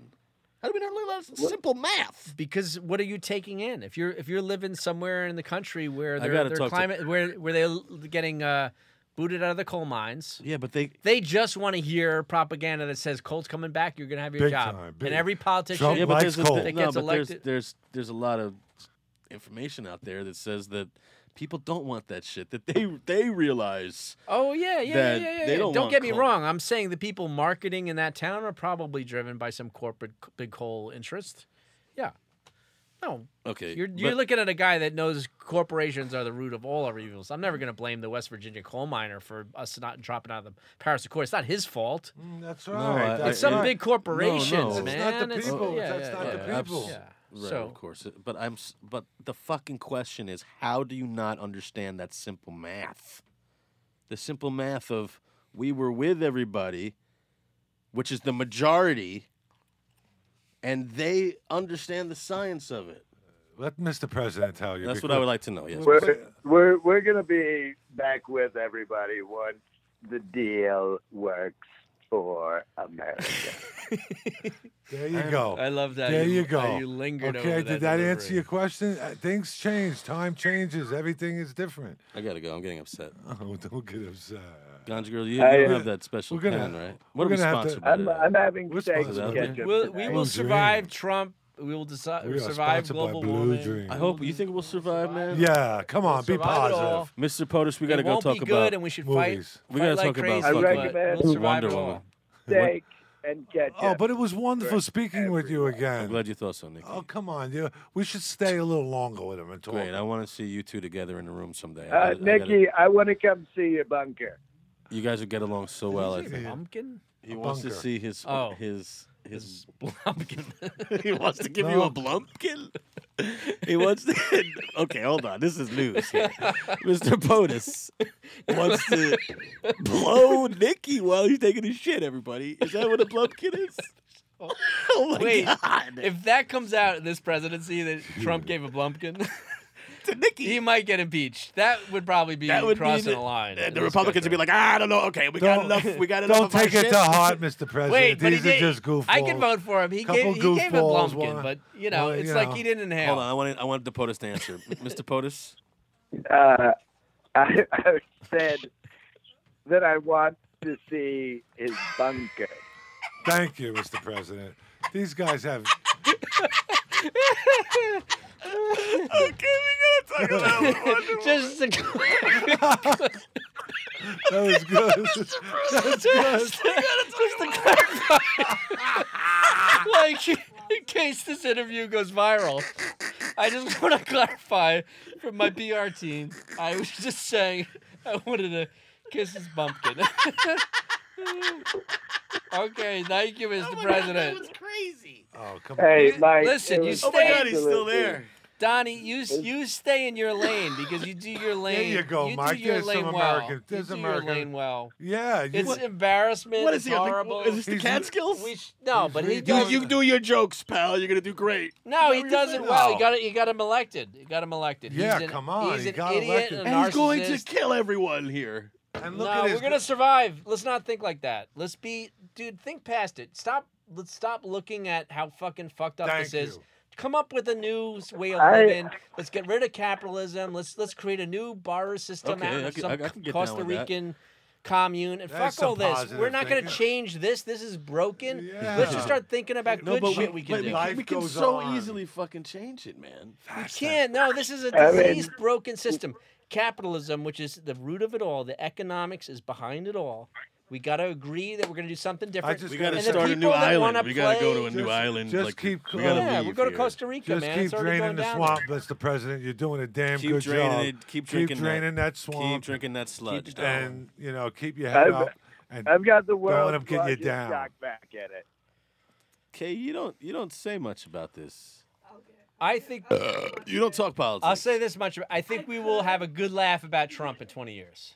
S4: How do we not learn that lesson? simple math?
S6: Because what are you taking in? If you're if you're living somewhere in the country where
S4: I
S6: they're,
S4: gotta
S6: they're
S4: talk to-
S6: climate where where they're l- getting uh, booted out of the coal mines.
S4: Yeah, but they
S6: They just want to hear propaganda that says coal's coming back. You're gonna have your
S3: Big
S6: job.
S3: time, big-
S6: and every politician,
S3: Trump
S4: yeah, but
S3: likes
S4: there's, a-
S3: coal.
S4: no,
S6: That gets
S4: but there's
S6: elected.
S4: there's there's a lot of information out there that says that people don't want that shit. That they they realize
S6: Oh yeah, yeah, yeah,
S4: that
S6: yeah, yeah.
S4: they
S6: yeah.
S4: don't
S6: Don't,
S4: want
S6: get me
S4: coal.
S6: wrong. I'm saying the people marketing in that town are probably driven by some corporate c- big coal interest. Yeah. No,
S4: okay.
S6: you're you're looking at a guy that knows corporations are the root of all our evils. I'm never going to blame the West Virginia coal miner for us not dropping out of the Paris Accord. It's not his fault.
S3: Mm, That's
S4: I-
S3: right.
S4: I-
S3: that's
S6: It's some
S4: yeah.
S3: right.
S6: big corporations,
S4: No, no. It's
S6: man.
S3: not the people. That's not the
S4: yeah,
S3: people.
S4: abs-
S6: Yeah.
S4: right,
S6: so
S4: of course. Uh, But I'm s- but the fucking question is how do you not understand that simple math? The simple math of we were with everybody, which is the majority, and they understand the science of it.
S3: Let Mr. President tell you.
S4: That's what I would like to know. Yes.
S8: we're we're we're gonna be back with everybody once the deal works for
S4: <laughs>
S8: America.
S3: There you go.
S6: I love that.
S3: There you go.
S6: You lingered
S3: okay,
S6: over
S3: did that answer your question? Uh, things change. Time changes. Everything is different. <laughs>
S4: I gotta go. I'm getting upset.
S3: Oh, don't get upset.
S4: Ganja girl, you, you
S8: I,
S4: don't
S8: uh,
S4: have that special
S3: we're gonna-
S4: pen, right? What
S3: we're
S4: are we
S3: gonna have to-
S4: sponsored by?
S8: I'm, I'm
S4: today?
S8: having
S3: What's
S8: steak
S3: possible?
S8: and ketchup.
S6: We'll, we
S8: tonight.
S6: will
S3: Blue
S6: survive
S3: Dream.
S6: Trump. We will deci-
S3: We are
S6: survive
S3: sponsored by
S6: global
S3: Blue
S6: warming.
S3: Dream.
S4: I hope you think we'll survive, man.
S3: Yeah, come on, be
S6: Survive it all.
S3: positive.
S4: Mr. POTUS, we gotta
S6: it
S4: go
S6: won't
S4: talk
S6: be good,
S4: about
S6: and we should
S3: movies.
S6: fight.
S4: We gotta
S6: fight like
S4: talk about
S6: crazy,
S8: fucking
S6: but
S8: I
S6: we'll survive
S4: Wonder
S6: it all.
S4: Woman.
S8: steak and ketchup.
S3: Oh, but it was wonderful speaking with you
S4: I'm
S3: again.
S4: glad you thought so, Nick.
S3: Oh, come on, you. We should stay a little longer with him and talk.
S4: Great. I want to see you two together in the room someday. I
S8: uh,
S4: gotta- I gotta-
S8: Nikki, I want to come see your bunker.
S4: you guys would get along so well. I think
S6: Pumpkin?
S4: he wants to
S3: bunker.
S4: see his
S6: Oh.
S4: his his.
S6: Pumpkin.
S4: <laughs> he wants to give you a
S3: No.
S4: blumpkin. <laughs> he wants to. <laughs> okay, hold on. This is news. here. Mr. POTUS wants to blow Nikki while he's taking his shit. Everybody, is that what a blumpkin is? <laughs> Oh my
S6: Wait,
S4: god!
S6: <laughs> if that comes out in this presidency
S4: <laughs>
S6: that Trump gave a Blumpkin,
S4: To Nikki,
S6: he might get impeached. That would probably be
S4: That would be
S6: crossing
S4: the-
S6: a line.
S4: the,
S6: in
S4: the
S6: this
S4: Republicans would be
S6: country.
S4: like, "Ah, I don't know. Okay, we got
S3: Don't-
S4: enough. We got enough.
S3: Don't
S4: of our
S3: take it
S4: shit."
S3: to heart, Mr. President.
S6: Wait, but he
S3: These are
S6: did.
S3: just goofballs.
S6: I can vote for him. He
S3: Couple
S6: gave he gave a
S3: goofballs,
S6: Blumpkin,
S3: one-
S6: but you know,
S3: one,
S6: it's
S3: you
S6: like
S3: know.
S6: he didn't inhale.
S4: Hold on, I want I want the POTUS to answer, Mr. POTUS.
S8: Uh, <laughs> I, I said that I want to see his bunker.
S3: Thank you, Mr. President. These guys have.
S6: Just the,
S3: That was good. That's good.
S6: just the clarify. like, in case this interview goes viral, I just <laughs> want to clarify from my PR team. I was just saying I wanted to kiss his bumpkin. <laughs> okay, thank you, Mr. President.
S3: Oh, come on.
S8: Hey, Mike.
S6: Listen,
S8: it
S6: you
S8: was
S6: Oh my God, he's
S8: absolutely-
S6: Donnie, you s- you stay in your lane because you do your lane.
S3: you go,
S6: do
S3: Mike.
S6: your
S3: There's some
S6: lane
S3: American-
S6: well. You
S3: there's
S6: do your
S3: American-
S6: lane well.
S3: Yeah, you,
S6: It's embarrassment.
S4: What
S6: it's
S4: is he? on the-
S6: horrible.
S4: Is this the
S3: He's-
S4: Catskills?
S6: We sh- no, but he
S3: You-
S4: You,
S6: does.
S4: you do your jokes, pal. You're gonna do great.
S6: no, he does it
S3: saying?
S6: well. He
S3: No.
S6: got it. He got him elected. He got him elected.
S3: Yeah,
S6: he's an,
S3: come on,
S6: He's
S3: he
S6: an
S3: got
S6: idiot
S3: elected.
S6: and a
S4: And he's going to
S6: narcissist.
S4: kill everyone here.
S3: and look
S6: No,
S3: at his.
S6: we're gonna survive. Let's not think like that. Let's be, dude. Think past it. Stop. Let's stop looking at how fucking fucked up
S3: Thank
S6: this is.
S3: you.
S6: Come up with a new way of
S8: I-
S6: living. Let's get rid of capitalism. Let's let's create a new barter system
S4: Okay,
S6: out
S4: I
S6: of
S4: can-
S6: some
S4: I- I can get
S6: Costa
S4: down with that.
S6: Rican commune and fuck
S3: That's
S6: all
S3: some
S6: this.
S3: positive
S6: We're not gonna
S3: thinking.
S6: change this. This is broken. Let's
S3: Yeah.
S6: just start thinking about
S3: No,
S6: good
S3: but we-
S6: shit we, can
S3: but
S6: do.
S3: life
S4: we can
S3: goes
S4: so
S3: on.
S4: easily fucking change it, man.
S6: You can't. No, this is a
S8: I mean-
S6: diseased, broken system. Capitalism, which is the root of it all, the economics is behind it all. We got to agree that we're going to do something different.
S3: just
S4: We
S3: gotta
S6: And
S4: gotta
S6: the
S4: start a new
S6: people that
S4: island.
S6: wanna
S4: We gotta go to
S6: play-
S4: a new
S3: Just-
S4: island.
S3: just
S4: like,
S3: keep
S4: We gotta
S3: going.
S6: yeah,
S4: leave
S6: we'll go to
S4: here.
S6: Costa Rica,
S3: Just
S6: man.
S3: keep
S6: it's already
S3: draining
S6: going
S3: the
S6: down
S3: swamp, Mr. President. You're doing a damn
S4: Keep
S3: good job.
S4: draining it. Keep drinking that.
S3: draining that, swamp.
S4: Keep drinking that sludge. Donald.
S3: and you know, keep your head
S8: I've-
S3: up. And
S8: I've got the
S3: let
S8: world's
S3: him get you
S8: largest
S3: down.
S8: shock back at it.
S4: Okay, you don't you don't say much about this.
S6: I think
S4: Uh, You don't talk politics.
S6: I'll say this much: I think we will have a good laugh about Trump in 20 years.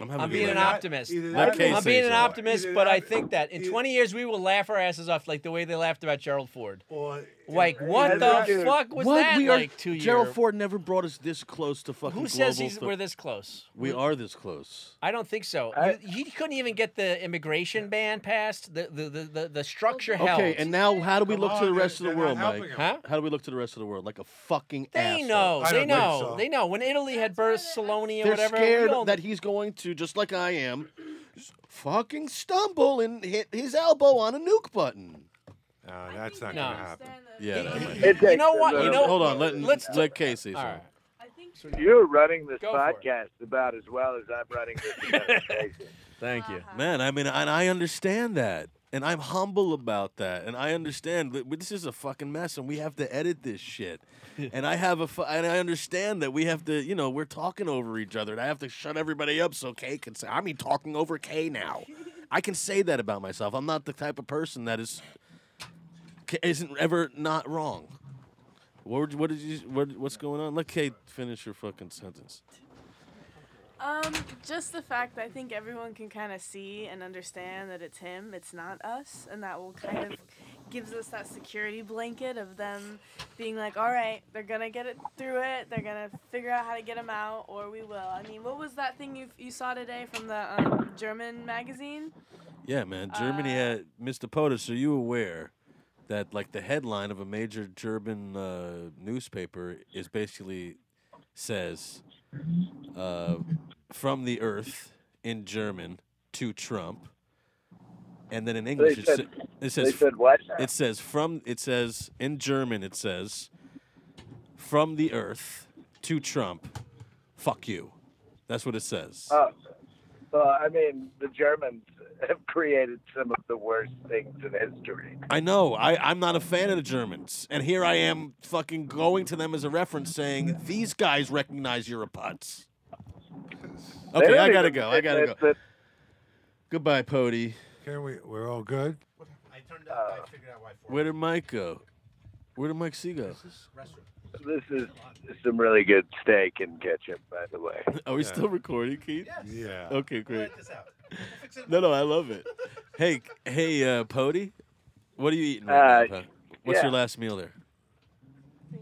S4: I'm having
S6: I'm
S4: a
S6: being
S4: good
S6: an
S4: night.
S6: optimist.
S3: either
S4: that- Okay,
S6: I'm
S4: say
S6: being an
S4: so.
S6: optimist,
S3: Either
S6: but I
S3: that-
S6: think that in
S3: either-
S6: 20 years we will laugh our asses off like the way they laughed about Gerald Ford.
S3: Or,
S6: Like what
S8: that-
S6: the fuck was
S4: What?
S6: that
S4: we are,
S6: like two years?
S4: Gerald Ford never brought us this close to fucking
S6: Who says
S4: global
S6: he's,
S4: th-
S6: we're this close?
S4: We are this close.
S6: I don't think so.
S8: I-
S6: You- he couldn't even get the immigration ban passed. The the the, the, the structure held.
S4: Okay, and now how do we
S3: Come
S4: look to
S3: on,
S4: the rest of
S3: they're-
S4: the
S3: they're
S4: world,
S3: not
S4: Mike?
S3: helping
S6: huh?
S4: How do we look to the rest of the world? Like a fucking
S6: They
S4: asshole.
S6: know.
S3: I
S6: They
S3: don't think
S6: know.
S3: so.
S6: They know. When Italy had burst Saloni or
S4: They're
S6: whatever, we
S4: scared
S6: all- <laughs>
S4: that he's going to, just like I am, s- fucking stumble and hit his elbow on a nuke button.
S3: No, that's not
S6: No.
S3: gonna happen.
S4: Yeah. that might-
S8: It
S6: you
S8: takes
S6: know
S8: a
S6: what? You
S8: little-
S6: know.
S4: Hold on. Let,
S6: let's
S4: let's
S6: t-
S4: let Casey.
S6: All right.
S8: You're running this
S6: Go for it.
S8: podcast about as well as I'm
S6: <laughs>
S8: running this conversation.
S6: Thank you.
S4: Uh-huh. Man, I mean, and I understand that. And I'm humble about that. And I understand that this is a fucking mess and we have to edit this shit.
S6: <laughs>
S4: and I have a, fu- and I understand that we have to, you know, we're talking over each other and I have to shut everybody up so Kay can say, I mean, talking over Kay now. I can say that about myself. I'm not the type of person that is, ca- isn't ever not wrong. What, would- what did you, what, what's going on? Let Kay finish her fucking sentence.
S9: Um, just the fact that I think everyone can kind of see and understand that it's him, it's not us, and that will kind of gives us that security blanket of them being like, all right, they're gonna get it through it. They're gonna figure out how to get them out, or we will. I mean, what was that thing you you saw today from the um, German magazine?
S4: Yeah, man. Germany had Mr. POTUS. Are you aware that like the headline of a major German uh, newspaper is basically says uh, from the Earth in German to Trump, and then in English it,
S8: said-
S4: sa- it says
S8: They said what?
S4: it says from it says in German it says from the Earth to Trump, fuck you. That's what it says.
S8: Oh. Well, I mean, the Germans have created some of the worst things in history.
S4: I know. I, I'm not a fan of the Germans. And here I am fucking going to them as a reference saying, these guys recognize you're a putz.
S8: They
S4: Okay,
S8: don't
S4: I gotta
S8: even
S4: go. I gotta
S8: admit
S4: go.
S8: that-
S4: Goodbye, Pody.
S3: Can we? We're all good.
S10: I turned out. I figured out why. For
S4: Where did Mike go? Where did Mike C go? <laughs>
S10: restroom.
S8: This is some really good steak and ketchup, by
S4: <laughs>
S8: the way.
S4: Are we still recording, Keith?
S10: Yes.
S3: Yeah.
S4: Okay, great.
S10: Check this out. We'll fix it.
S4: No, no, I love it. Hey, hey, uh, Pody, what are you eating right
S8: Uh,
S4: now? Pody? What's your
S8: yeah.
S4: last meal there?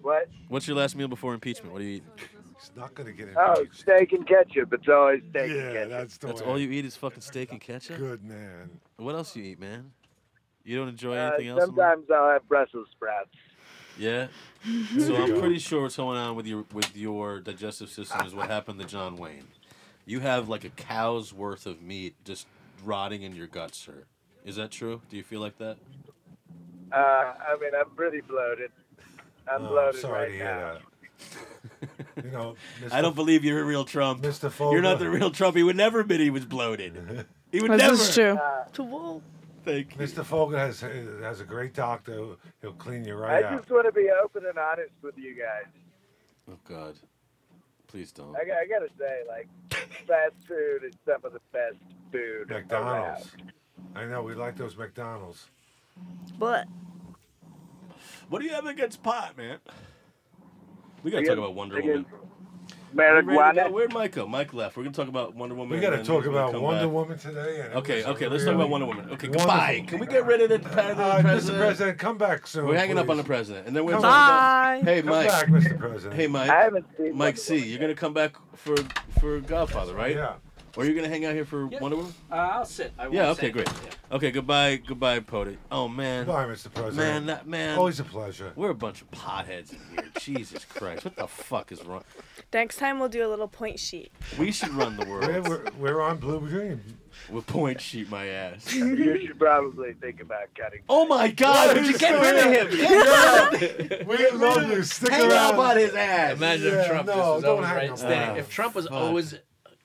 S8: What?
S4: What's your last meal before impeachment? What are you eating?
S3: It's not gonna get
S8: Oh,
S3: impeached.
S8: steak and ketchup. It's always steak and
S3: yeah,
S8: ketchup.
S3: that's the
S4: That's
S3: way.
S4: all you eat is fucking steak and ketchup.
S3: Good man.
S4: What else you eat, man? You don't enjoy
S8: Uh,
S4: anything else? in life?
S8: sometimes I'll have Brussels sprouts.
S4: Yeah. So I'm pretty sure what's going on with your with your digestive system is what happened to John Wayne. You have like a cow's worth of meat just rotting in your gut, sir. Is that true? Do you feel like that?
S8: Uh, I mean, I'm pretty bloated. I'm
S3: Oh,
S8: bloated
S3: sorry
S8: right
S3: to
S8: now.
S3: hear that. <laughs> you know, Mr.
S4: I don't believe you're a real Trump.
S3: Mr. Fogel.
S4: You're not the real Trump. He would never admit he was bloated. He would never.
S9: true.
S4: Thank you.
S3: Mr. Fogel has has a great doctor. He'll clean you
S8: I
S3: right out.
S8: just want to be open and honest with you guys.
S4: Oh God. Please don't.
S8: I, I gotta say, like, fast food is some of the best food.
S3: McDonald's.
S8: around.
S3: I know we like those McDonald's.
S9: But
S4: What do you have against pot, man? We gotta
S8: Again-
S4: talk about Wonder
S8: again,
S4: Woman. We ready to go?
S8: Marijuana.
S4: Where'd Mike go? Mike left. We're gonna talk about Wonder Woman.
S3: We got to
S4: and
S3: talk
S4: we'll
S3: about
S4: come
S3: Wonder
S4: back.
S3: Woman today. and it
S4: Okay,
S3: was
S4: okay, let's talk
S3: really-
S4: about Wonder Woman. Okay,
S3: Wonderful.
S4: goodbye. Can we get rid of the, pa- the
S3: Uh, Mr.
S4: president?
S3: President, come back soon.
S4: We're hanging up on the
S3: please.
S4: president, and then we're
S3: Come
S4: talking about- Hey,
S3: Come
S4: Mike.
S3: back, Mr. President.
S4: Hey,
S8: I
S4: Mike.
S8: haven't seen
S4: Mike
S8: Wonder
S4: C.
S8: Woman
S4: You're
S8: yet.
S4: gonna come back for for Godfather, right?
S3: Yeah.
S4: Or you're gonna hang out here for
S5: Yeah.
S4: Wonder Woman?
S5: Uh, I'll sit. I
S4: Yeah.
S5: won't
S4: Okay.
S5: say
S4: <laughs> Great.
S5: anything, yeah.
S4: Okay. Goodbye. Goodbye, Pody. Oh man.
S3: Goodbye, Mr. President.
S4: Man, that man.
S3: Always a pleasure.
S4: We're a bunch of potheads in here. Jesus Christ. What the fuck is wrong?
S9: next time we'll do a little point sheet.
S4: We should run the
S3: We're,
S4: world
S3: we're, we're on Blue Dream.
S4: with point sheet my ass.
S3: <laughs>
S8: You should probably think about cutting.
S4: Oh my God! Would you get rid of him?
S6: <laughs>
S3: We love you. Stick
S4: Hang
S3: around.
S4: up on his ass.
S6: Imagine
S3: Yeah,
S6: if Trump
S3: no,
S6: just was
S3: don't
S6: always
S3: hang
S6: right
S3: up.
S6: standing.
S4: Ah,
S6: if Trump was always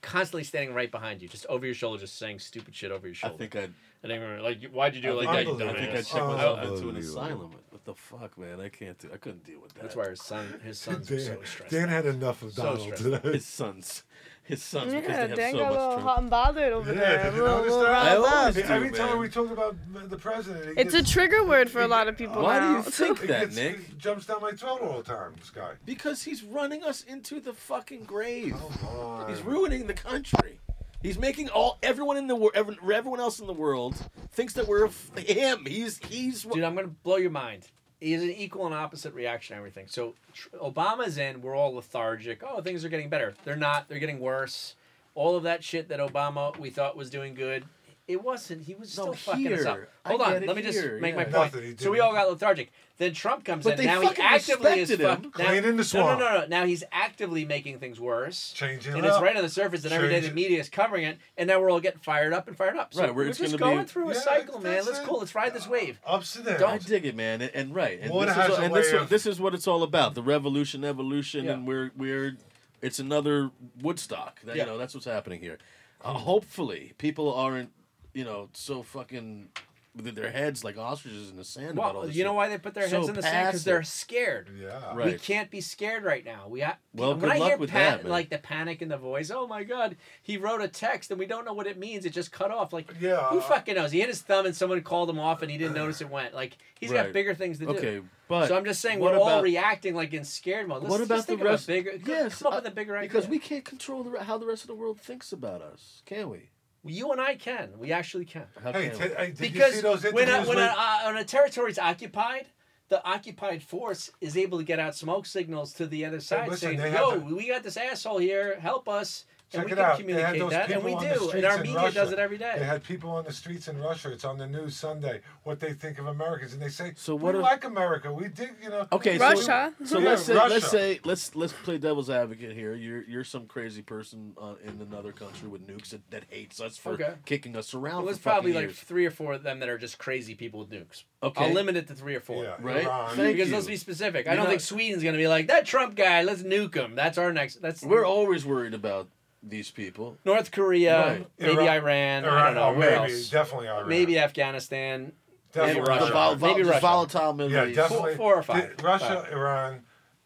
S6: constantly standing right behind you, just over your shoulder, just saying stupid shit over your
S4: I
S6: shoulder.
S4: think I'd
S6: and everyone like, why'd you do it like
S3: I
S6: that? You
S3: believe
S4: I
S3: it.
S4: think I
S6: dumbass?
S4: checked
S3: Oh,
S4: myself into an
S3: unbelievable.
S4: asylum. What the fuck, man? I can't do. I couldn't deal with that.
S6: That's why his son, his sons are
S3: Dan,
S6: so stressed.
S3: Dan
S6: out.
S3: had enough of
S6: So
S3: Donald
S6: stressful.
S4: <laughs>
S3: today.
S4: his sons, his sons, because
S9: Yeah,
S4: they have
S9: Dan
S4: so
S9: got a
S4: much
S9: little
S4: trouble.
S9: hot and bothered
S3: <laughs>
S9: over there.
S3: did you
S9: A little-
S3: notice
S9: little
S3: that?
S4: I
S9: riled up.
S4: always do,
S3: Every time
S4: man.
S3: we talk about the president, he
S9: It's a
S3: gets-
S9: trigger word for a lot of people
S4: Why do
S9: now.
S4: you think
S3: he
S4: that,
S3: gets-
S4: Nick?
S3: he jumps down my throat all the time. This guy.
S4: Because he's running us into the fucking grave.
S3: Come on.
S4: He's ruining the country. He's making all everyone in the world, everyone else in the world, thinks that we're f- him. He's he's.
S6: Dude, I'm gonna blow your mind. He has an equal and opposite reaction to everything. So tr- Obama's in, we're all lethargic. Oh, things are getting better. They're not. They're getting worse. All of that shit that Obama we thought was doing good, it wasn't. He was still
S4: No,
S6: fucking us up.
S4: here. I
S6: Hold
S4: get
S6: on,
S4: it
S6: let me just
S4: here,
S6: make my
S4: yeah.
S6: point.
S3: Nothing, he
S6: so we
S3: didn't.
S6: all got lethargic. Then Trump comes
S4: But
S6: in.
S4: they
S6: now he
S4: fucking
S6: actively is
S4: respected
S6: fuck.
S4: him.
S6: Now,
S3: Cleaning the swamp.
S6: No, no, no, no. Now he's actively making things worse.
S3: Changing
S6: and
S3: it
S6: it's
S3: up.
S6: right on the surface, and every day
S3: Change
S6: the
S3: it.
S6: media is covering it, and now we're all getting fired up and fired up. So
S4: Right, we're-
S6: we're
S4: it's
S6: just
S4: gonna be-
S6: going through a
S3: Yeah,
S6: cycle, man.
S3: that's
S6: Let's
S3: it. Uh,
S6: cool. Let's ride this wave.
S3: Ups and downs.
S4: I dig it, man, and, and right, and,
S3: Water
S4: this
S3: has
S4: is,
S3: a
S4: and this,
S3: way of-
S4: this is what it's all about—the revolution, evolution,
S6: Yeah.
S4: and we're we're it's another Woodstock. That,
S6: Yeah. Mm-hmm.
S4: You know, that's what's happening here. Uh, hopefully, people aren't you know so fucking with their heads like ostriches in the sand about all
S6: Well,
S4: this.
S6: you know
S4: shit.
S6: why they put their
S4: So
S6: heads in the sand? Because
S4: passive.
S6: they're scared.
S3: Yeah.
S6: We
S4: Right.
S6: can't be scared right now. We ha-
S4: Well,
S6: when
S4: good
S6: I
S4: luck
S6: hear
S4: with
S6: pan-
S4: that, man.
S6: like the panic in the voice. Oh my god, he wrote a text and we don't know what it means. It just cut off. Like
S3: Yeah,
S4: Uh-huh.
S3: uh,
S6: who
S3: I-
S6: fucking knows? He hit his thumb and someone called him off and he didn't notice it went. Like he's
S4: Right.
S6: got bigger things to do.
S4: Okay, but
S6: so I'm just saying
S4: what
S6: we're all
S4: about-
S6: reacting like in scared mode. Let's
S4: what about
S6: just
S4: the
S6: think
S4: rest?
S6: Of a bigger,
S4: yes,
S6: come up
S4: uh,
S6: with a bigger idea.
S4: because we can't control the, re- how the rest of the world thinks about us, can we?
S6: You and I can. We actually can.
S3: How Hey, can t- we? hey, did you
S6: because
S3: see those
S6: when a,
S3: interviews
S6: when a,
S3: with-
S6: uh, when a territory is occupied, the occupied force is able to get out smoke signals to the other side,
S3: listen, they
S6: saying,
S3: have
S6: "Yo,
S3: the-
S6: we got this asshole here. Help us." and
S3: Check
S6: we
S3: it
S6: can
S3: out. They had
S6: communicate
S3: those
S6: that, and
S3: people
S6: we
S3: on the
S6: do, and
S3: streets
S6: our
S3: in
S6: media does
S3: Russia.
S6: it every day.
S3: They had people on the streets in Russia. It's on the news Sunday. What they think of Americans, and they say,
S4: So
S3: "So
S4: what
S3: we
S4: if-
S3: like America. We dig, you know."
S4: Okay,
S3: we
S4: so-
S3: do-
S4: So,
S3: Yeah,
S4: let's say
S3: Russia.
S4: let's say let's let's play devil's advocate here. You're you're some crazy person uh, in another country with nukes that, that hates us for
S6: Okay.
S4: kicking us around.
S6: Well,
S4: for
S6: there's probably
S4: fucking
S6: like
S4: years.
S6: three or four of them that are just crazy people with nukes.
S4: Okay.
S6: I'll limit it to three or four.
S4: Yeah,
S6: right?
S4: Iran. Thank
S6: Because
S4: you.
S6: let's be specific. I
S4: You're
S6: don't
S4: not-
S6: think Sweden's gonna be like that Trump guy. Let's nuke him. That's our next. That's
S4: We're always worried about these people.
S6: North Korea,
S4: Right.
S6: maybe Iran. I don't know.
S4: Iran,
S6: where
S4: maybe,
S6: else?
S4: definitely Iran.
S6: Maybe Afghanistan.
S3: Definitely
S6: maybe
S3: Russia.
S6: Russia.
S3: The vol- vol-
S6: maybe
S3: the
S6: Russia.
S4: volatile Middle
S3: yeah,
S4: East.
S6: Four-
S3: definitely.
S6: four or five.
S3: Di- Russia,
S6: Five.
S3: Iran,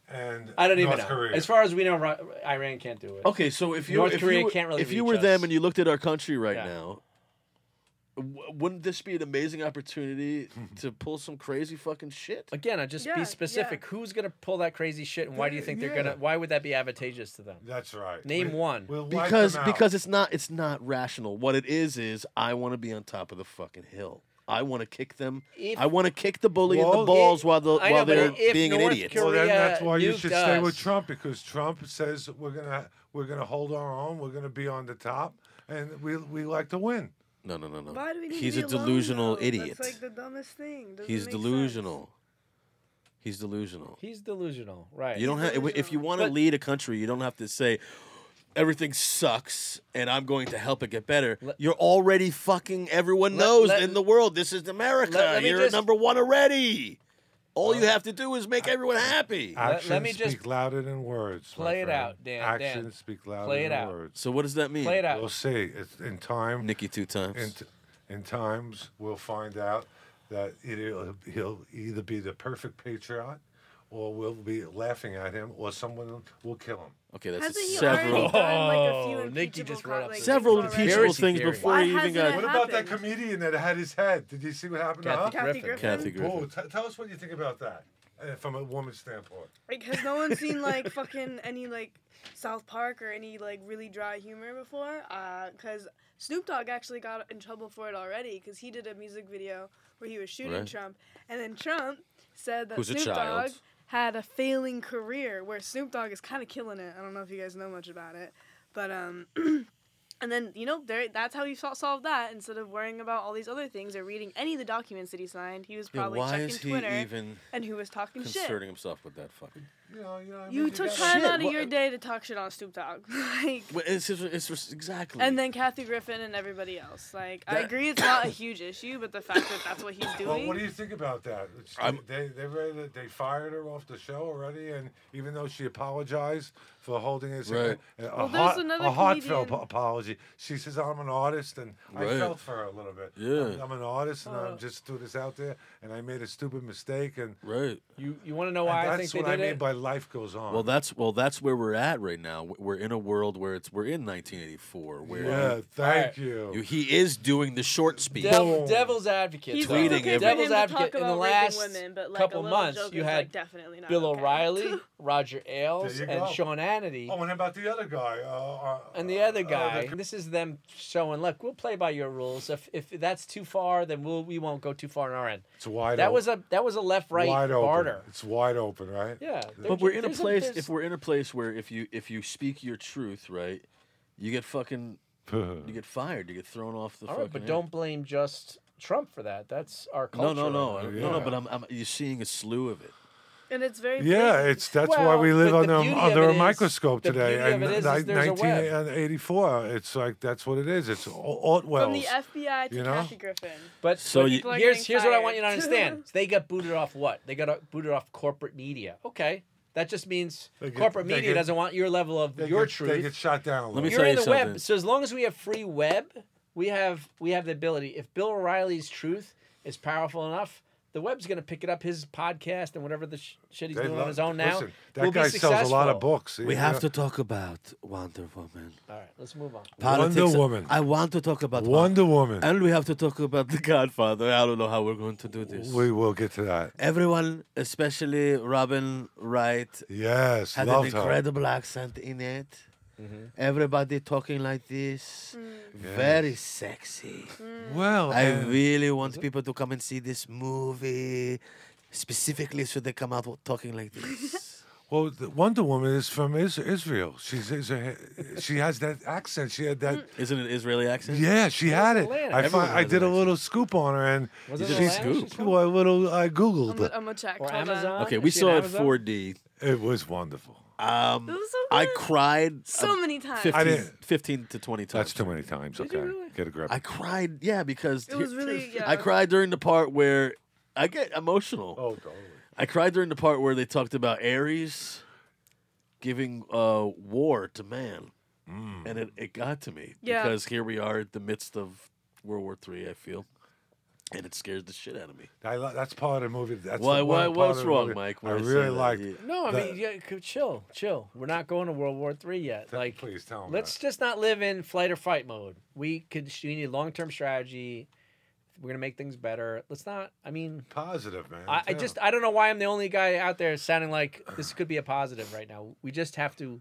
S3: and
S6: I don't even
S3: North
S6: know.
S3: Korea.
S6: As far as we know, Ru- Iran can't do it.
S4: Okay, so if you
S6: North
S4: if
S6: Korea
S4: you were,
S6: can't really
S4: if you
S6: reach
S4: were
S6: us.
S4: them and you looked at our country right
S6: Yeah.
S4: now, w- wouldn't this be an amazing opportunity
S6: Hmm.
S4: to pull some crazy fucking shit?
S6: Again, I just
S4: Yeah,
S6: be specific. Who's gonna pull that crazy shit, and why do you think they're gonna? Why would that be advantageous to them?
S3: That's right.
S6: Name one.
S4: because because it's not it's not rational. What it is is I want to be on top of the fucking hill. I want to kick them.
S6: If-
S4: I want to kick the bully in
S3: Well,
S4: the balls
S3: if-
S4: while the,
S3: I
S4: while
S3: know, but
S4: they're
S3: if
S4: being an
S3: North
S4: idiot.
S3: Well, then that's why you
S6: nuked
S3: should stay
S6: us.
S3: with Trump because Trump says we're gonna we're gonna hold our own. We're gonna be on the top, and we we like to win.
S4: No, no, no, no.
S9: <laughs> Why do we need
S4: He's
S9: to
S4: a
S9: be alone,
S4: delusional
S9: though?
S4: idiot.
S9: That's like the dumbest thing. Doesn't
S4: He's
S9: make
S4: delusional. He's delusional.
S6: He's delusional, right?
S4: You don't have if you want to
S6: But-
S4: lead a country, you don't have to say everything sucks and I'm going to help it get better. You're already fucking everyone
S11: Let-
S4: knows
S11: let-
S4: in the world this is America.
S11: Let- let me
S4: You're
S11: just-
S4: number 1 already. All you have to do is make everyone happy.
S3: Actions
S6: me just
S3: speak louder than words. my
S6: play it
S3: friend.
S6: out, Dan, Dan.
S3: Actions speak louder
S6: Play it
S3: than
S6: out.
S3: words.
S4: So what does that mean?
S6: Play it out.
S3: We'll see. It's in time.
S4: Nikki two times.
S3: In, t- in times, we'll find out that either he'll either be the perfect patriot, or we'll be laughing at him, or someone will kill him.
S4: Okay,
S9: that's Hasn't he
S4: several-
S9: Sense. Done, like, a few
S6: Oh,
S9: impeachable
S6: Nikki just read
S9: co-
S6: up
S9: like,
S4: <laughs> several
S9: things already.
S4: impeachable things before
S9: Why
S4: you even
S9: hasn't
S4: got.
S9: it
S3: What about that comedian that had his head? Did you see what happened
S4: Kathy
S3: to her?
S9: Kathy Griffin. Griffin.
S4: Kathy Griffin.
S3: Oh, t- tell us what you think about that uh, from a woman's standpoint.
S9: Like, has no one seen like fucking any like South Park or any like really dry humor before? Uh, cause Snoop Dogg actually got in trouble for it already, cause he did a music video where he was shooting
S4: Right.
S9: Trump, and then Trump said that
S4: Who's a
S9: Snoop Dogg
S4: child.
S9: had a failing career, where Snoop Dogg is kind of killing it. I don't know if you guys know much about it, but um. <clears throat> And then you know there, that's how he sol- solved that. Instead of worrying about all these other things or reading any of the documents that he signed, he was
S4: Yeah,
S9: probably
S4: why
S9: checking
S4: is he
S9: Twitter
S4: even
S9: and who was talking shit.
S4: Concerning himself with that fucking.
S3: You know, you know.
S9: You took time
S4: Shit,
S9: out of
S4: what-
S9: your day to talk shit on Snoop Dogg, <laughs> like,
S4: Well, It's, it's, it's exactly.
S9: and then Kathy Griffin and everybody else. Like, I
S4: That-
S9: agree it's not a huge issue, but the fact that
S4: <coughs>
S9: that's what he's
S3: Well,
S9: doing.
S3: what do you think about that? It's-
S4: I'm-
S3: They they ready to- they fired her off the show already, and even though she apologized for holding it,
S4: Right.
S3: a, a,
S9: Well, there's
S3: heart-
S9: another
S3: a heartfelt
S9: comedian-
S3: apology. She says, "I'm an artist, and
S4: Right.
S3: I felt for her a little bit.
S4: Yeah.
S3: I'm, I'm an artist, and
S6: Uh.
S3: I'm just threw this out there, and I made a stupid mistake, and
S4: right.
S6: You you want to know why
S3: and
S6: I
S3: that's
S6: think they
S3: what I
S6: did
S3: mean
S6: it?
S3: by life goes on.
S4: Well, that's well, that's where we're at right now. W- We're in a world where it's we're in 1984. Where
S3: yeah,
S4: you-
S3: thank
S6: Alright.
S3: you.
S4: you- he is doing the short speech.
S6: Devil, devil's advocate.
S4: He's
S6: though.
S4: tweeting okay for him
S6: devil's
S9: to talk
S6: advocate in the
S9: about raping
S6: last
S9: women, but, like, a
S6: couple
S9: little
S6: months.
S9: joke
S6: You
S9: is,
S6: had
S9: like, definitely not
S6: Bill
S9: okay.
S6: O'Reilly, Roger Ailes,
S3: There
S6: and
S3: you go.
S6: Sean Hannity,
S3: oh, and about the other guy? Uh, uh,
S6: and the other
S3: uh,
S6: guy. this is them showing. Look, we'll play by your rules. If if that's too far, then we'll we won't go too far on our end.
S3: It's wide
S6: That
S3: open.
S6: was a that was a left right
S3: wide
S6: barter.
S3: Open. It's wide open, right?
S6: Yeah, there-
S4: But we're in a
S6: there's
S4: place.
S6: there's-
S4: if we're in a place where if you if you speak your truth, right, you get
S3: <laughs>
S4: fucking you get fired. You get thrown off the
S6: all
S4: fucking.
S6: right, but
S4: air.
S6: don't blame just Trump for that. That's our
S4: No,
S6: culture.
S4: no, no,
S6: right
S4: I-
S6: now.
S4: no, no. But I'm, I'm you're seeing a slew of it.
S9: <laughs> and it's very
S3: Yeah,
S9: blatant.
S3: it's that's why
S9: Well,
S3: we live
S9: but
S3: under
S9: the
S3: a-
S9: beauty of
S3: under
S9: it
S3: a
S9: is-
S3: microscope
S6: the
S3: today.
S6: beauty of
S3: And
S6: it is
S3: ni-
S6: is there's a web.
S3: 1984, it's like that's what it is. It's Alt
S9: from
S3: Wells.
S9: the FBI to
S3: you know?
S9: Kathy Griffin.
S6: But
S4: So
S6: but
S4: you-
S9: People are
S6: here's
S9: getting
S6: here's what I want you to
S9: fired.
S6: understand. they got booted off what? They got uh, booted off corporate media. Okay, that just means
S3: They get-
S6: corporate
S3: they
S6: media
S3: get-
S6: doesn't want your level of
S3: They
S6: your
S3: get,
S6: truth.
S3: They get shot down. a
S4: Let me
S3: little.
S6: You're
S4: tell
S6: in
S4: you
S6: the
S4: something.
S6: web. So as long as we have free web, we have we have the ability. If Bill O'Reilly's truth is powerful enough. The web's going to pick it up, his podcast and whatever the sh- shit he's
S3: They
S6: doing
S3: love-
S6: on his own now.
S3: listen, that
S6: will
S3: guy
S6: be successful.
S3: sells a lot of books.
S12: We
S3: you
S12: have
S3: know?
S12: to talk about Wonder Woman.
S6: All right, let's move on.
S12: Politics-
S3: Wonder Woman.
S12: I want to talk about
S3: Wonder Woman.
S12: And we have to talk about The Godfather. I don't know how we're going to do this.
S3: We will get to that.
S12: Everyone, especially Robin Wright,
S3: Yes,
S12: had an
S3: loved her.
S12: incredible accent in it.
S13: Mm-hmm.
S4: Everybody talking like this.
S9: Mm.
S3: Yes.
S4: Very sexy.
S14: Well,
S4: I
S14: uh,
S4: really
S13: Mm-hmm.
S4: want people to come and see this movie, specifically so they come out talking like this.
S3: Well, the Wonder Woman is from Is- Israel. She's Israel. She has that accent. She had that.
S13: <laughs> Isn't it Israeli accent?
S6: Mm-hmm.
S3: Yeah, she had it.
S13: Atlanta.
S3: I,
S13: Everyone
S3: fi- I
S13: has
S3: did a
S13: an
S3: little scoop on her, and
S6: Was it
S3: she's-
S6: Atlanta she's from?
S3: Well, a little. I
S9: I'm gonna,
S3: googled
S9: I'm gonna check.
S6: Or
S9: Hold on.
S6: Amazon.
S13: Okay,
S6: Is
S13: we
S6: she
S13: saw
S6: an
S13: it
S6: Amazon?
S13: 4D.
S3: it. It was wonderful.
S4: Um,
S9: It was so
S4: I
S9: good.
S4: cried.
S9: So many times.
S13: 15,
S3: didn't-
S13: 15 to 20 times.
S3: That's too many times. Okay, get a grip.
S4: I cried. Yeah, because
S9: It was really- yeah.
S4: I cried during the part where I get emotional.
S3: oh, God.
S4: I cried during the part where they talked about Aries giving uh, war to man, and it, it got to me
S9: Yeah.
S4: because here we are at the midst of World War Three. I feel, and it scares the shit out of me.
S3: I lo- that's part of the movie. That's the
S4: Why- why-
S3: one part
S4: what's
S3: of the
S4: wrong,
S3: movie
S4: Mike,
S3: I
S4: when I say
S3: really
S4: that?
S3: liked.
S4: Yeah.
S6: No, I
S3: The-
S6: mean, yeah, c- chill, chill. We're not going to World War Three yet. Like,
S3: please tell me.
S6: let's just not live in flight or fight mode. We could. We need long term strategy. We're gonna make things better. Let's not. I mean,
S3: positive, man.
S6: I, I
S3: yeah.
S6: just. I don't know why I'm the only guy out there sounding like this could be a positive right now. We just have to.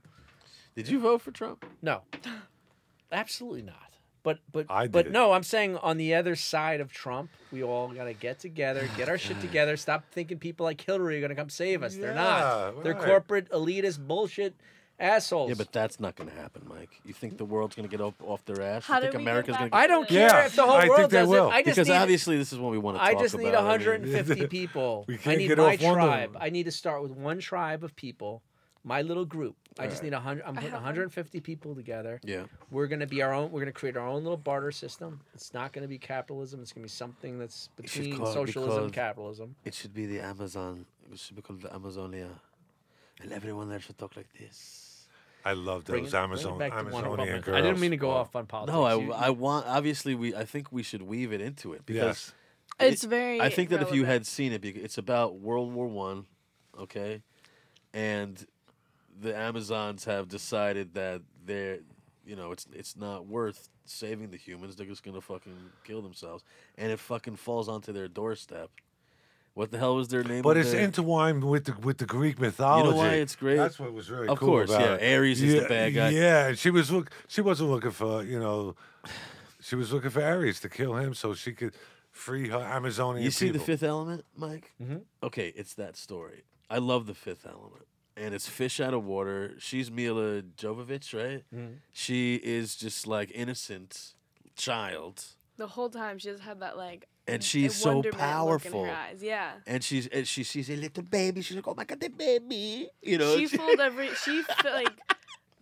S4: Did you vote for Trump?
S6: No, <gasps> absolutely not. But but
S3: I
S6: but
S3: did.
S6: no, I'm saying on the other side of Trump, we all gotta get
S3: <sighs>
S6: together, get our shit together. Stop thinking people like Hillary are gonna come save us. They're
S3: Yeah,
S6: not. They're
S3: right.
S6: corporate elitist bullshit assholes.
S4: Yeah, but that's not going to happen, Mike. You think the world's going to get up off their ass?
S9: How
S4: you think
S9: did we get
S4: America's
S9: back
S4: gonna
S6: I don't care
S3: Yeah,
S6: if the whole
S3: I think
S6: world
S3: they
S6: does
S3: will.
S6: it. I just
S4: because
S6: need,
S4: obviously this is what we want to talk
S6: I
S4: about.
S6: just need
S4: <laughs> I mean,
S6: 150 people.
S3: We
S6: I
S3: can't
S6: need
S3: get
S6: my
S3: off Wonder
S6: tribe.
S3: Woman.
S6: I need to start with one tribe of people, my little group. I just need 100. I'm putting
S9: have one.
S6: 150 people together.
S4: yeah.
S6: We're gonna be our own. We're gonna create our own little barter system. It's not gonna be capitalism. It's gonna be something that's
S4: should
S6: between
S4: call it
S6: socialism and
S4: because-
S6: capitalism.
S4: It should be the Amazon. It should be called the Amazonia, and everyone there should talk like this.
S3: I love
S6: Bring
S3: those
S6: it- bring it
S3: Amazon
S6: back to Wonder
S3: Amazonian
S6: Woman.
S3: girls.
S6: I didn't mean to go off on politics.
S4: No, I,
S6: You-
S4: I want obviously we I think we should weave it into it because
S3: Yes.
S9: It's
S4: It-
S9: very.
S4: I think that if you
S9: relevant.
S4: had seen it, because it's about World War One, okay, and the Amazons have decided that they're, you know, it's it's not worth saving the humans. They're just gonna fucking kill themselves, and it fucking falls onto their doorstep. What the hell was their name?
S3: But
S4: of
S3: it's
S4: their-
S3: intertwined with the with the Greek
S4: you
S3: mythology.
S4: know why it's great.
S3: That's what was really
S4: Of
S3: cool
S4: course,
S3: about
S4: yeah,
S3: it.
S4: Ares is the bad guy.
S3: Yeah, she was look. She wasn't looking for you know. She was looking for Ares to kill him so she could free her Amazonian
S4: You see
S3: people.
S4: the Fifth Element, Mike?
S6: Mhm.
S4: Okay, it's that story. I love the Fifth Element, and it's fish out of water. She's Mila Jovovich, right?
S6: Mhm.
S4: She is just like innocent child,
S9: the whole time she just had that like.
S4: and she's so
S9: wonderment Look
S4: powerful.
S9: in her eyes. Yeah.
S4: And she's and she sees a little baby. She's like, oh my god, the baby, you know.
S3: <laughs>
S4: <laughs>
S9: she fooled every. She fe- like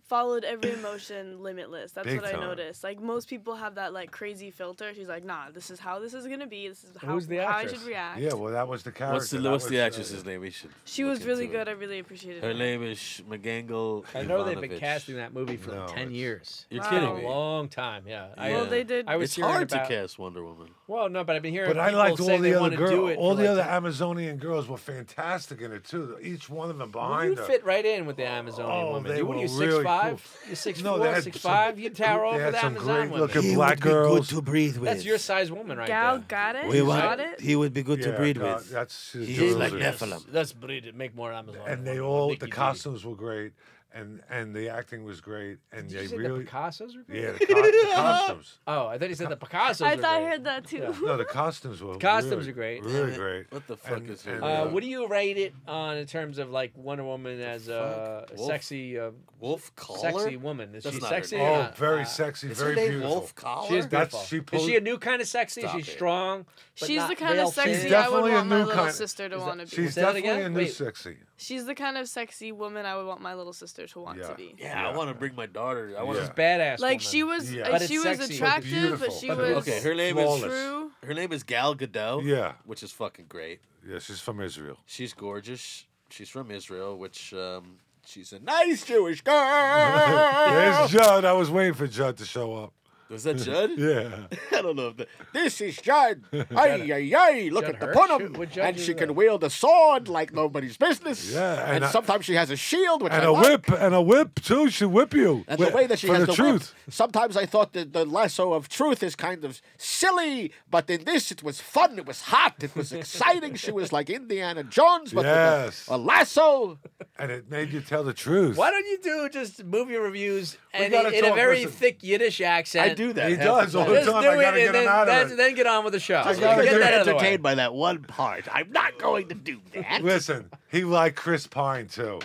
S9: followed every emotion limitless. That's
S3: Big
S9: what
S3: time.
S9: I noticed. Like most people have that like crazy filter. She's like, nah, this is how this is gonna be. This is how,
S6: Who's the
S9: how I
S6: actress?
S9: should react.
S3: Yeah, well, that was the character.
S4: what's the
S3: that
S4: what's the
S3: was, uh,
S4: actress's name? We should.
S9: She
S4: look
S9: was really
S4: into it.
S9: good. I really appreciated
S4: Her
S9: her.
S4: name is McGangle.
S6: I know they've been
S4: Ivanovich.
S6: casting that movie for
S3: No,
S6: like ten
S3: it's-
S6: years.
S4: You're
S9: Wow.
S4: kidding
S6: a
S4: me.
S6: long time. Yeah. I- uh,
S9: Well,
S4: Yeah.
S9: they did.
S6: I was
S4: It's
S6: hearing
S4: hard
S6: about-
S4: to cast Wonder Woman.
S6: Well, no, but I've been hearing.
S3: But I
S6: people
S3: liked
S6: say
S3: all
S6: they
S3: the other
S6: wanna do
S3: girls.
S6: it
S3: All
S6: for,
S3: the
S6: like,
S3: other
S6: ten-
S3: Amazonian girls were fantastic in it too. Each one of them
S6: Well,
S3: behind
S6: you'd
S3: her.
S6: fit right in with the Amazonian
S3: Oh,
S6: woman.
S3: they
S6: You, what are
S3: were
S6: you,
S3: really
S6: six five?
S3: cool.
S6: You're six
S3: No, they
S6: four,
S3: had
S6: six
S3: some-
S6: five. You'd tower
S3: they
S6: over
S3: had
S6: the
S3: some
S6: Amazon
S3: great
S6: woman.
S3: looking
S4: He
S3: black
S4: would be
S3: girls.
S4: good to breathe with.
S6: That's your size woman right
S9: Gal
S6: there.
S9: got it.
S4: We
S9: She
S4: want-
S9: got it.
S4: He would be good to
S3: Yeah,
S4: breathe
S3: no,
S4: with.
S3: That's the
S4: He's
S3: girls
S4: like
S3: are-
S4: Nephilim. Nephilim.
S6: Let's breed it. Make more Amazon.
S3: and they all the costumes were great, and and the acting was great, and
S6: Did you
S3: they
S6: say
S3: really
S6: the Picassos were great?
S3: yeah the, co- the costumes.
S6: Oh, I thought you said the Picassos.
S9: I
S6: were
S9: thought I
S6: great.
S9: heard that too. <laughs>
S6: Yeah.
S3: No, the costumes were
S6: <laughs> Costumes
S3: really-
S6: are great.
S3: really
S4: Damn it.
S3: great.
S4: What the fuck
S3: And-
S4: is
S3: and,
S4: it?
S6: Uh,
S3: Yeah.
S6: what do you rate it on in terms of like Wonder Woman as a
S4: fuck? Wolf?
S6: sexy, uh,
S4: Wolf collar.
S6: sexy woman? Is
S4: That's
S6: she
S4: not her
S6: sexy?
S4: name.
S6: or
S3: Oh,
S6: not?
S3: very
S9: Ah.
S6: Uh,
S3: sexy,
S4: Is
S3: very
S4: her name
S3: beautiful.
S4: Wolf collar.
S6: She is
S3: That's-
S6: beautiful.
S3: she
S6: is
S3: pulled-
S6: she a new kind of sexy?
S4: Stop
S6: she's
S4: it.
S6: strong. but
S9: She's
S6: not
S9: the kind of
S6: rail thin.
S9: sexy
S3: She's
S9: I would
S3: definitely a
S9: want my
S3: new
S9: little
S3: kind-
S9: sister to
S6: that-
S9: want to be.
S3: She's
S6: Say that
S3: definitely a
S6: again?
S3: new
S6: Wait.
S3: sexy.
S9: She's the kind of sexy woman I would want my little sister to want
S3: Yeah.
S9: to be.
S4: Yeah, I
S3: Yeah.
S4: want to bring my daughter. I want
S3: Yeah.
S4: to.
S6: She's badass.
S9: Like
S6: woman.
S9: she was,
S3: Yeah.
S9: uh,
S6: But it's
S9: she was
S6: sexy.
S9: attractive, but
S3: Beautiful.
S9: she
S3: But
S9: was
S4: Okay, her name
S3: flawless.
S4: is
S9: true.
S4: her name is Gal Gadot.
S3: Yeah,
S4: which is fucking great.
S3: yeah, she's from Israel.
S4: She's gorgeous. She's from Israel, which um,
S3: <laughs>
S4: she's a nice Jewish girl.
S3: There's Judd. I was waiting for Judd to show up.
S15: Was that Judd?
S4: <laughs>
S3: yeah.
S16: I don't know. If that, this is
S3: <laughs>
S16: Judd. Ay, ay, ay. Look
S3: Judd
S16: at the
S3: Hirsch?
S16: punim.
S3: Would Judd
S16: And
S3: do
S16: she
S3: that?
S16: can wield a sword like nobody's business.
S3: Yeah,
S16: And,
S3: and I-
S16: sometimes she has a shield, which
S3: and
S16: I
S3: a
S16: like.
S3: whip, and a whip too. She whip you.
S16: And the
S3: Wh-
S16: way that she
S3: for
S16: has
S3: the
S16: the
S3: truth.
S16: Whip, sometimes I thought that the lasso of truth is kind of silly, but in this it was fun. It was hot. It was exciting. she was like Indiana Jones, but
S3: Yes.
S16: with a, a lasso.
S3: And it made you tell the truth.
S6: Why don't you do just movie reviews
S3: We
S6: and
S3: gotta
S6: in a
S3: talk,
S6: very
S3: listen.
S6: thick Yiddish accent?
S3: I do that He half the does all time. the
S6: Just
S3: time.
S6: do
S3: I
S6: it
S3: gotta
S6: and
S3: get him
S6: then,
S3: out of
S6: that's-
S3: it.
S6: then get on with the show.
S16: I
S6: Get
S16: gotta get
S6: that out of the way.
S16: entertained by that one part. I'm not going to do that.
S3: Listen, he liked Chris Pine too.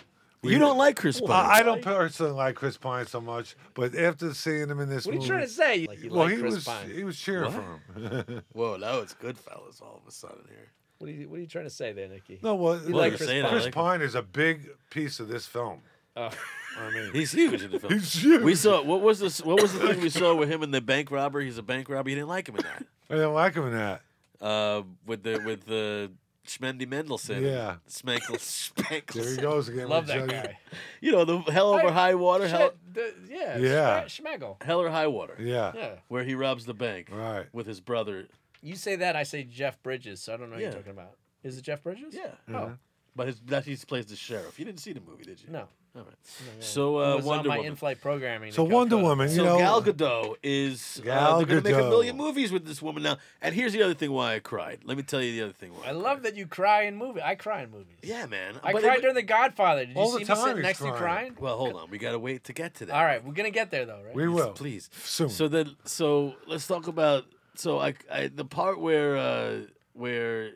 S16: You don't like Chris
S3: Well,
S16: Pine.
S3: I, I don't personally like Chris Pine so much, but after seeing him in this
S6: What are you
S3: movie,
S6: trying to say? Like you
S3: well,
S6: like
S3: he
S6: Chris
S3: was
S6: Pine.
S3: he was cheering
S6: What?
S3: for him.
S4: Whoa, now it's good, fellas, all of a sudden here.
S6: What are you What are you trying to say there, Nikki?
S3: no, well,
S6: you like Chris Pine.
S3: Chris Pine is a big piece of this film.
S6: Oh.
S3: I mean,
S4: He's huge in
S3: <laughs>
S4: the film.
S3: He's huge.
S4: We saw what was this? What was the thing we saw with him and the bank robber? He's a bank robber. You didn't like him in that.
S3: I didn't like him in that.
S4: Uh, with the with the Schmendy Mendelson.
S3: Yeah.
S4: <laughs> Spankle Spankle.
S3: There he goes again. Love with that Juggy. guy.
S4: You know the hell over high water. hell,
S6: Shit, the- yeah.
S4: Yeah.
S6: Schme- Schmegel.
S4: hell or high water.
S3: Yeah.
S6: Yeah.
S4: Where he robs the bank.
S3: Right.
S4: With his brother.
S6: You say that, I say Jeff Bridges. So I don't know who
S4: Yeah.
S6: you're talking about. Is it Jeff Bridges?
S4: Yeah.
S3: Uh-huh.
S6: Oh.
S4: But his that he plays the sheriff. You didn't see the movie, did you?
S6: No.
S4: All right.
S6: No, no.
S4: So
S6: It
S4: uh,
S6: was on
S4: Wonder
S6: my
S4: Woman.
S6: in-flight programming.
S3: So
S6: that got
S3: Wonder
S6: put up.
S3: Woman, you
S4: so
S3: know,
S4: Gal Gadot is.
S3: Gal
S4: uh, they're gonna make a
S3: Gadot.
S4: million movies with this woman now. And here's the other thing why I cried. Let me tell you the other thing why.
S6: I love that you cry in movies. I cry in movies.
S4: Yeah, man.
S6: I
S4: But
S6: cried
S4: it-
S6: during The Godfather. Did you see me sitting
S4: he's
S6: next to you crying?
S4: Well, hold on. We gotta wait to get to that.
S6: All right, we're gonna get there though, right?
S4: Yes, please. So then, so let's talk about. So I, I the part where uh where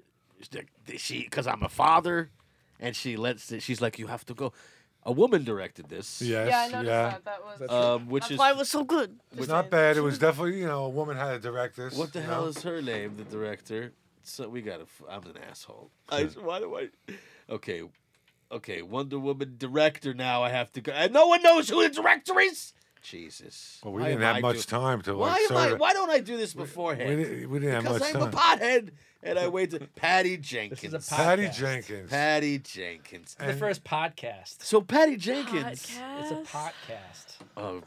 S4: she because I'm a father, and she lets it, she's like you have to go. A woman directed this.
S3: Yes, Yeah, I noticed yeah. that. That was- That's
S4: um,
S3: it.
S4: which
S3: That's
S4: is
S3: why it was
S9: so good.
S3: It's not bad. It was definitely you know a woman had to direct this.
S4: What the
S3: you
S4: hell
S3: know?
S4: is her name? The director. So we got. to I'm an asshole. I, why do I? Okay, okay. Wonder Woman director. Now I have to go. And no one knows who the director is. Jesus.
S3: Well, we
S4: Why
S3: didn't
S4: am
S3: have
S4: I
S3: much
S4: doing-
S3: time to.
S4: Why
S3: like,
S4: am I?
S3: sort of-
S4: Why don't I do this beforehand?
S3: we didn't- we didn't have
S4: because
S3: much
S4: I'm a pothead, and I wait to Patty Jenkins.
S3: Patty Jenkins.
S4: Patty Jenkins.
S6: It's the first podcast.
S4: So Patty Jenkins.
S6: It's a podcast.
S4: Oh,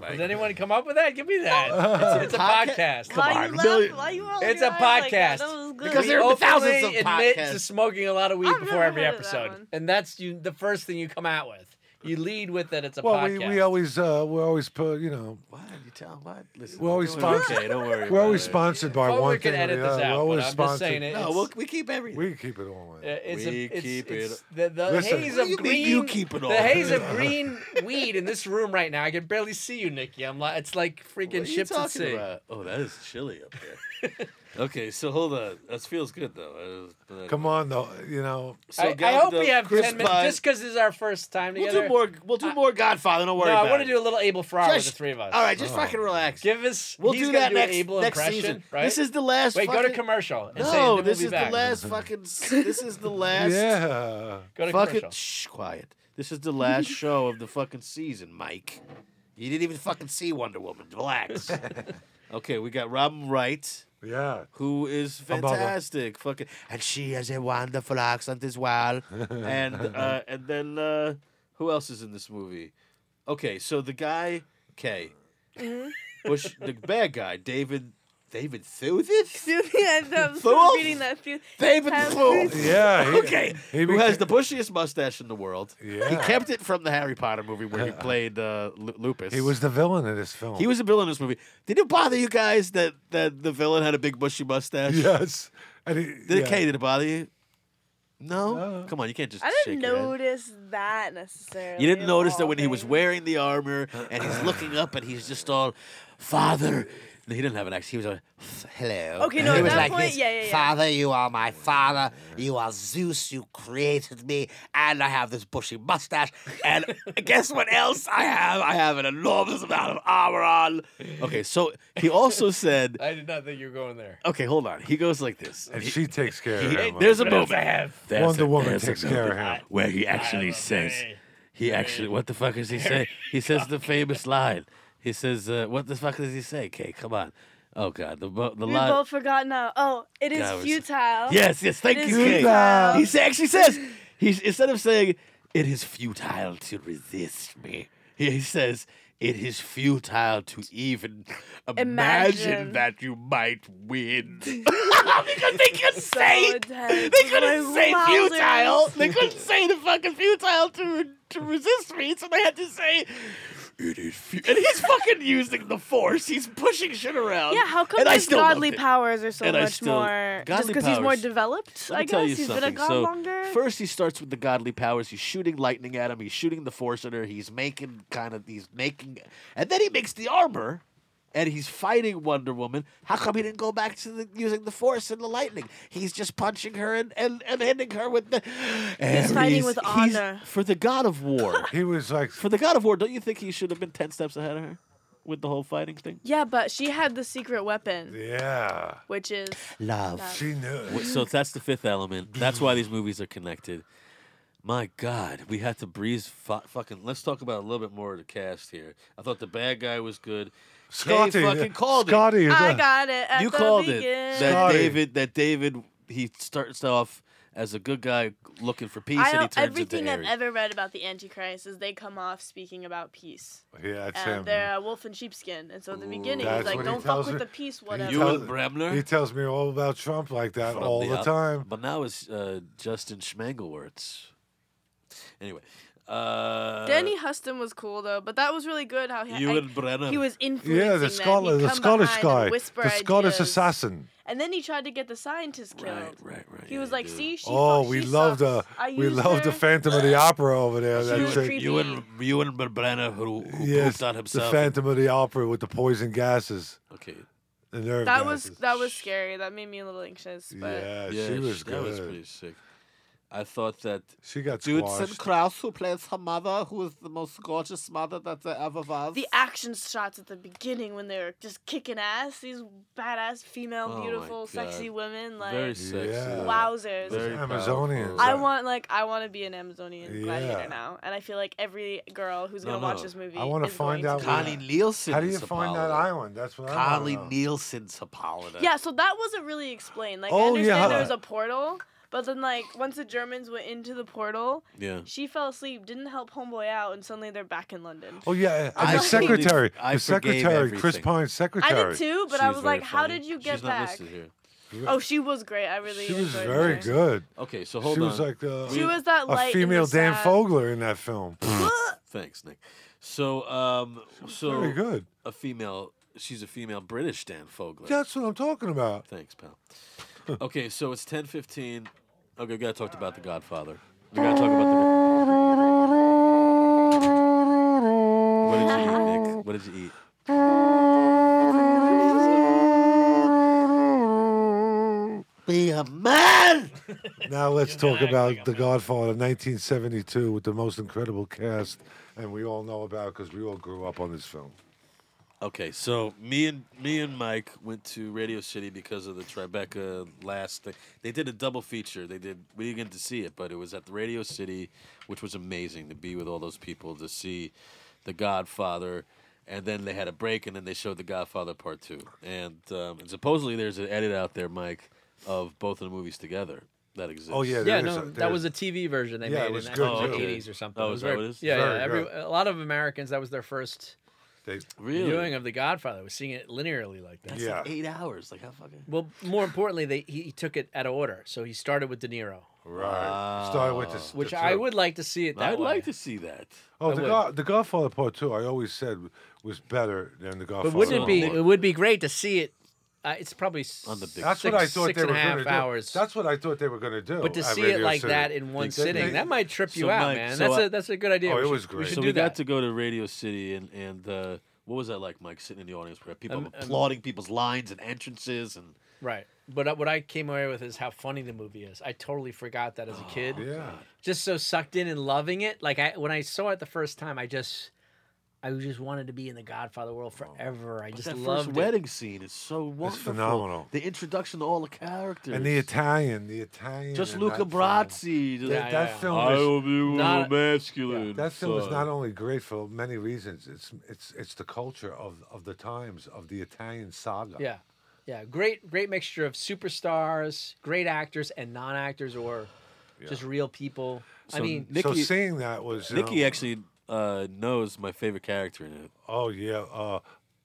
S6: Did
S4: Mike.
S6: anyone come up with that? Give me
S3: <laughs>
S6: that. It's, it's a
S4: Podca-
S6: podcast.
S4: Come Why you on. laugh- Million-
S9: why you
S6: It's a
S4: "Oh,
S6: podcast.
S4: Because there
S6: We
S4: are thousands of
S6: openly admit to
S4: podcasts.
S6: smoking a lot of weed before every episode, and that's you. The first thing you come out with, you lead with that it's a
S3: well, we,
S6: podcast.
S3: we always uh, we always put you know
S4: Why did you tell what? Listen,
S3: we're always
S4: doing
S3: sponsored.
S4: <laughs> Okay, don't worry.
S3: We're always
S4: about
S3: sponsored by one
S6: can
S3: thing or
S6: edit
S3: the
S6: this
S3: other.
S6: out,
S3: We're
S6: but
S3: always
S6: I'm just
S3: sponsored.
S6: saying
S4: it.
S6: it.
S4: No,
S6: it's-
S4: we'll, we keep everything.
S3: We keep it on.
S6: Uh, It's
S4: We
S6: a, it's,
S4: keep
S6: it's
S4: it-
S6: the, the
S3: Listen.
S6: haze
S3: What
S6: of
S3: do you mean
S6: green.
S3: you keep it
S6: the
S3: all?
S6: haze
S3: <laughs>
S6: of green weed in this room right now. I can barely see you, Nikki. I'm like, it's like freaking
S4: What are you
S6: ships at
S4: talking
S6: sea.
S4: about? Oh, that is chilly up there. <laughs> okay, so hold on. That feels good though. Uh,
S3: Come on, though. You know.
S4: So
S6: I, I
S4: Gal
S6: hope
S4: Gadot,
S6: we have
S4: Chris
S6: ten minutes,
S4: Pine.
S6: just because this is our first time
S4: We'll do
S6: together.
S4: more- we'll do more Godfather. Don't worry
S6: No,
S4: about
S6: I want to
S4: it.
S6: do a little Abel Ferrara with the
S4: Just-
S6: three of us.
S4: all right, just fucking relax.
S6: Give us.
S4: We'll
S6: he's
S4: do
S6: gonna
S4: that
S6: an
S4: next-
S6: Abel
S4: next
S6: impression,
S4: season.
S6: Right?
S4: This is the last
S6: Wait, go to
S4: fucking-
S6: commercial. And
S4: no,
S6: say, and then
S4: this
S6: we'll be
S4: is
S6: back.
S4: the last fucking. s-
S6: <laughs>
S4: This is the last.
S3: Yeah.
S6: Go to
S4: fucking,
S6: commercial.
S4: Shh, quiet. This is the last show of the fucking season, Mike. You didn't even fucking see Wonder Woman.
S6: <laughs>
S4: Relax. okay, we got Robin Wright.
S3: Yeah.
S4: Who is
S3: Above her.
S4: fantastic. Fucking and she has a wonderful accent as well. and
S6: <laughs>
S4: uh, and then uh, who else is in this movie? Okay, so the guy K. Bush the bad guy, David David Thewlis?
S9: <laughs> I'm
S4: Thewlis?
S9: still reading that. few-
S4: David
S9: Have-
S4: Thewlis.
S3: Yeah,
S4: <laughs>
S3: he-
S4: okay. Who has the bushiest mustache in the world. He
S3: Yeah.
S4: kept it from the Harry Potter movie where he
S3: <laughs>
S4: played uh, Lu- Lupus.
S3: He was the villain of this film.
S4: He was a villain in this movie. Did it bother you guys that, that the villain had a big bushy mustache?
S3: Yes. And he,
S4: Did
S3: yeah.
S4: it, Kay, did it bother you? No? Come on, you can't just
S9: I
S4: shake
S9: didn't
S4: your head.
S9: notice that necessarily.
S4: You didn't
S9: at
S4: notice
S9: all.
S4: that when he was wearing
S6: <laughs>
S4: the armor and he's looking up and he's just all, Father. No, he didn't have an accent. He was like, hello.
S9: Okay, no,
S4: He
S9: at
S4: was
S9: that
S4: like
S9: point,
S4: this,
S9: yeah, yeah, yeah.
S4: Father, you are my father. You are Zeus. You created me. And I have this bushy mustache. And <laughs> guess what else I have? I have an enormous amount of armor
S6: <laughs>
S4: on. Okay, so he also said,
S6: I did not think you were going there.
S4: okay, hold on. He goes like this.
S3: And she takes care of
S4: He-
S3: him.
S4: there's a
S3: What
S4: moment.
S3: else I have? Wonder Woman takes care of
S4: moment
S3: him.
S4: Where he actually says, he actually, what the fuck does he
S9: <laughs>
S4: say? He says the famous line. He says, uh, what the fuck does he say? Kay, come on. Oh, God. The, bo- the
S9: We
S4: line.
S9: both forgot now. Oh, it is
S4: God, it was-
S9: futile.
S4: Yes, yes. Thank
S9: It
S4: you,
S9: is
S4: Kay.
S9: futile.
S4: He sa- actually says, he, instead of saying, it is futile to resist me, he says, It is futile to even imagine,
S9: Imagine.
S4: that you might win.
S9: because
S4: they could say
S9: they
S4: couldn't say futile. They couldn't say the fucking futile to to resist me, so they had to say it is futile. And he's fucking using the force. He's pushing shit around.
S9: Yeah, how come
S4: and I
S9: his
S4: still loved
S9: godly
S4: it.
S9: powers are so
S4: And I
S9: much
S4: still-
S9: more? Just
S4: Godly
S9: because he's more
S4: powers.
S9: developed,
S4: Let me
S9: I
S4: tell
S9: guess
S4: you
S9: he's been a
S4: something.
S9: god
S4: So
S9: longer.
S4: first he starts with the godly powers. He's shooting lightning at him. He's shooting the force at her. He's making kind of he's making, and then he makes the armor, and he's fighting Wonder Woman. How come he didn't go back to the, using the force and the lightning? He's just punching her and and, and hitting her with the.
S9: He's fighting with
S4: He's-
S9: honor.
S4: for the God of
S9: <laughs>
S4: War.
S3: he was like
S4: for the God of War. Don't you think he should have been ten steps ahead of her with the whole fighting thing?
S9: Yeah, but she had the secret weapon,
S3: Yeah.
S9: which is
S4: Love.
S3: She knew.
S4: Wh- So that's the fifth element. That's why these movies are connected. My God, we had to breeze fu- fucking. Let's talk about a little bit more of the cast here. I thought the bad guy was good.
S3: Scotty,
S4: Kay fucking called
S3: Scotty
S4: it.
S3: is
S9: I
S3: a-
S9: got it. At
S4: you
S9: the
S4: called
S9: beginning.
S4: it. That
S3: Scotty.
S4: David. That David. He starts off as a good guy looking for peace,
S9: I
S4: and he
S9: don't,
S4: turns
S9: everything
S4: into
S9: I've
S4: Ares.
S9: ever read about the Antichrist is they come off speaking about peace.
S3: Yeah, that's
S9: and
S3: him.
S9: they're a wolf in sheepskin, and so at the beginning
S3: That's what
S9: he's like,
S3: he
S9: "Don't fuck
S3: tells
S9: with
S3: her.
S9: the peace, whatever."
S4: You
S3: tells-
S4: and
S9: uh,
S4: Bremner?
S3: He tells me all about Trump like that
S4: from
S3: all the,
S4: out-
S3: time.
S4: But now it's uh, Justin Schmangelwurz. Anyway, uh,
S9: Danny Huston was cool though, but that was really good how he,
S4: Ewan
S9: I-
S4: Brennan.
S9: he was influencing
S3: Yeah, the
S9: them.
S3: Scottish,
S9: He'd
S3: the
S9: come
S3: Scottish
S9: behind and
S3: guy,
S9: whisper
S3: the Scottish
S9: ideas.
S3: assassin.
S9: And then he tried to get the scientist killed.
S4: right, right.
S9: He was like, "See, she
S3: oh,
S9: fuck-
S3: we
S9: she
S3: loved
S9: sucks.
S3: the
S9: I
S3: we
S9: used
S3: loved the
S9: her."
S3: Phantom
S9: <laughs>
S3: of the Opera over there.
S4: you,
S3: That's it.
S4: you and you and Brenner who, who
S3: Yes,
S4: pooped on
S3: the
S4: himself.
S3: Phantom of the Opera with the poison gases,
S4: okay.
S3: the nerve
S9: That was
S3: gases.
S9: that was scary. That made me a little anxious. But
S3: yeah,
S4: yeah,
S3: Uh, she was
S4: that was
S3: good.
S4: pretty sick. I thought that
S3: she got
S17: Judson
S3: squashed.
S17: Krauss, who plays her mother, who is the most gorgeous mother that there ever was.
S9: the action shots at the beginning when they were just kicking ass, these badass female,
S4: Oh my
S9: beautiful, sexy
S4: God.
S9: women, like
S4: very sexy.
S3: Yeah.
S9: wowzers.
S4: Very
S3: Amazonians.
S4: powerful.
S9: I want like I want to be an Amazonian
S3: Yeah.
S9: gladiator now, and I feel like every girl who's
S4: No,
S9: gonna watch
S4: no.
S9: this movie.
S3: I wanna
S9: is
S3: find
S9: going
S3: out
S9: to.
S3: where-
S4: Connie Nielsen.
S3: How do you
S4: is
S3: find that
S4: Apollo.
S3: island? That's what I want
S4: Connie
S3: to know.
S4: Nielsen's Apollo.
S9: Yeah, so that wasn't really explained. Like I
S3: Oh,
S9: understand
S3: yeah.
S9: there was a portal, but then like once the Germans went into the portal,
S4: Yeah.
S9: she fell asleep, didn't help homeboy out, and suddenly they're back in London.
S3: Oh yeah, and
S4: I
S3: the
S4: forgave-
S3: secretary,
S4: I
S3: the
S4: forgave
S3: secretary, Chris
S4: everything.
S3: Pine's
S9: I
S3: secretary.
S9: did too, but
S4: She
S9: I
S4: was
S9: was
S4: very
S9: like, how
S4: funny.
S9: did you get
S4: She's not
S9: back?
S4: listed here.
S9: Oh, she was great. I really
S3: She was
S9: enjoyed
S3: very
S9: her.
S3: good.
S4: Okay, so hold
S3: she
S4: on.
S3: was like the,
S9: She was that light.
S3: a
S9: in the
S3: female Dan
S9: sad-
S3: Fogler in that film.
S4: Thanks, Nick. So, um, so
S3: Very good.
S4: a female. She's a female British Dan Fogler.
S3: That's what I'm talking about.
S4: Thanks, pal. okay, so it's ten fifteen. Okay, we gotta talk about the Godfather. We gotta talk about the. What did you eat, Nick? What did you eat?
S17: Be a man!
S3: Now let's talk about The Godfather, 1972, with the most incredible cast, and we all know about because we all grew up on this film.
S4: Okay, so me and me and Mike went to Radio City because of the Tribeca last thing. They did a double feature. They did we didn't get to see it, but it was at the Radio City, which was amazing to be with all those people to see The Godfather, and then they had a break, and then they showed The Godfather Part Two, and, um, and supposedly there's an edit out there, Mike, of both of the movies together that exists.
S3: Oh yeah,
S6: Yeah,
S3: there is
S6: no,
S3: a-
S6: that
S3: there
S6: was a
S3: is-
S6: TV version they
S3: Yeah, it
S6: made
S3: was
S6: in
S3: good,
S6: the
S3: too.
S6: 80s or something.
S4: Oh,
S6: It
S4: is
S6: was
S4: that
S6: very-
S4: what it is?
S6: Yeah,
S3: Very
S6: yeah. Every,
S3: good.
S6: a lot of Americans, that was their first
S3: They,
S4: really.
S6: viewing of The Godfather, was seeing it linearly like that.
S4: That's
S3: Yeah.
S4: like eight hours. Like how fucking.
S6: Well, more importantly, they, he, he took it out of order. So he started with De Niro,
S3: right. Started with
S4: Wow.
S3: this,
S6: which
S3: the
S6: I
S3: two.
S6: would like to see it that
S4: I'd
S6: way.
S4: like to see that.
S3: Oh,
S6: I
S3: the,
S6: would.
S3: God, the Godfather Part Two, I always said was better than the Godfather.
S6: But wouldn't it be?
S3: Part One.
S6: It would be great to see it. Uh, it's probably
S4: On the big
S3: That's
S6: six,
S3: what I thought
S6: six
S3: they
S6: and
S3: were
S6: a half
S3: going to do.
S6: hours.
S3: That's what I thought they were going to do.
S6: but to
S3: at
S6: see it
S3: Radio
S6: like
S3: City.
S6: that in one
S3: They-
S6: sitting,
S3: they-
S6: that might trip you
S4: So,
S6: out,
S4: Mike,
S6: man.
S4: so
S6: that's
S4: I-
S6: a that's a good idea.
S3: Oh,
S6: we
S3: it
S6: should-
S3: was
S6: We
S3: great.
S6: should
S4: So
S6: do
S4: we
S6: that.
S4: got to go to Radio City, and and uh, what was that like, Mike? Sitting in the audience, where people
S6: Um, um,
S4: applauding people's lines and entrances, and
S6: Right. But uh, what I came away with is how funny the movie is. I totally forgot that as a kid.
S3: Yeah.
S6: Just so sucked in and loving it. Like I when I saw it the first time, I just I just wanted to be in the Godfather world forever. I
S4: but
S6: just
S4: that
S6: loved
S4: first
S6: it.
S4: wedding scene is so wonderful.
S3: phenomenal.
S4: The introduction to all the characters,
S3: And the Italian, the Italian.
S4: just
S3: in
S4: Luca
S3: that film.
S4: Brasi. just-
S3: That,
S6: Yeah,
S3: that
S6: yeah.
S3: film is
S4: be
S6: Not-
S4: masculine.
S3: That film is
S4: son.
S3: not only great for many reasons. It's it's it's the culture of of the times of the Italian saga.
S6: Yeah. Yeah. Great great mixture of superstars, great actors and non
S3: <sighs>
S6: actors or just real people. I
S4: So
S6: mean
S4: Nick-
S3: so
S4: Nicky-
S3: seeing that was you
S4: Nikki
S3: know,
S4: actually uh, knows my favorite character in it.
S3: Oh yeah, uh,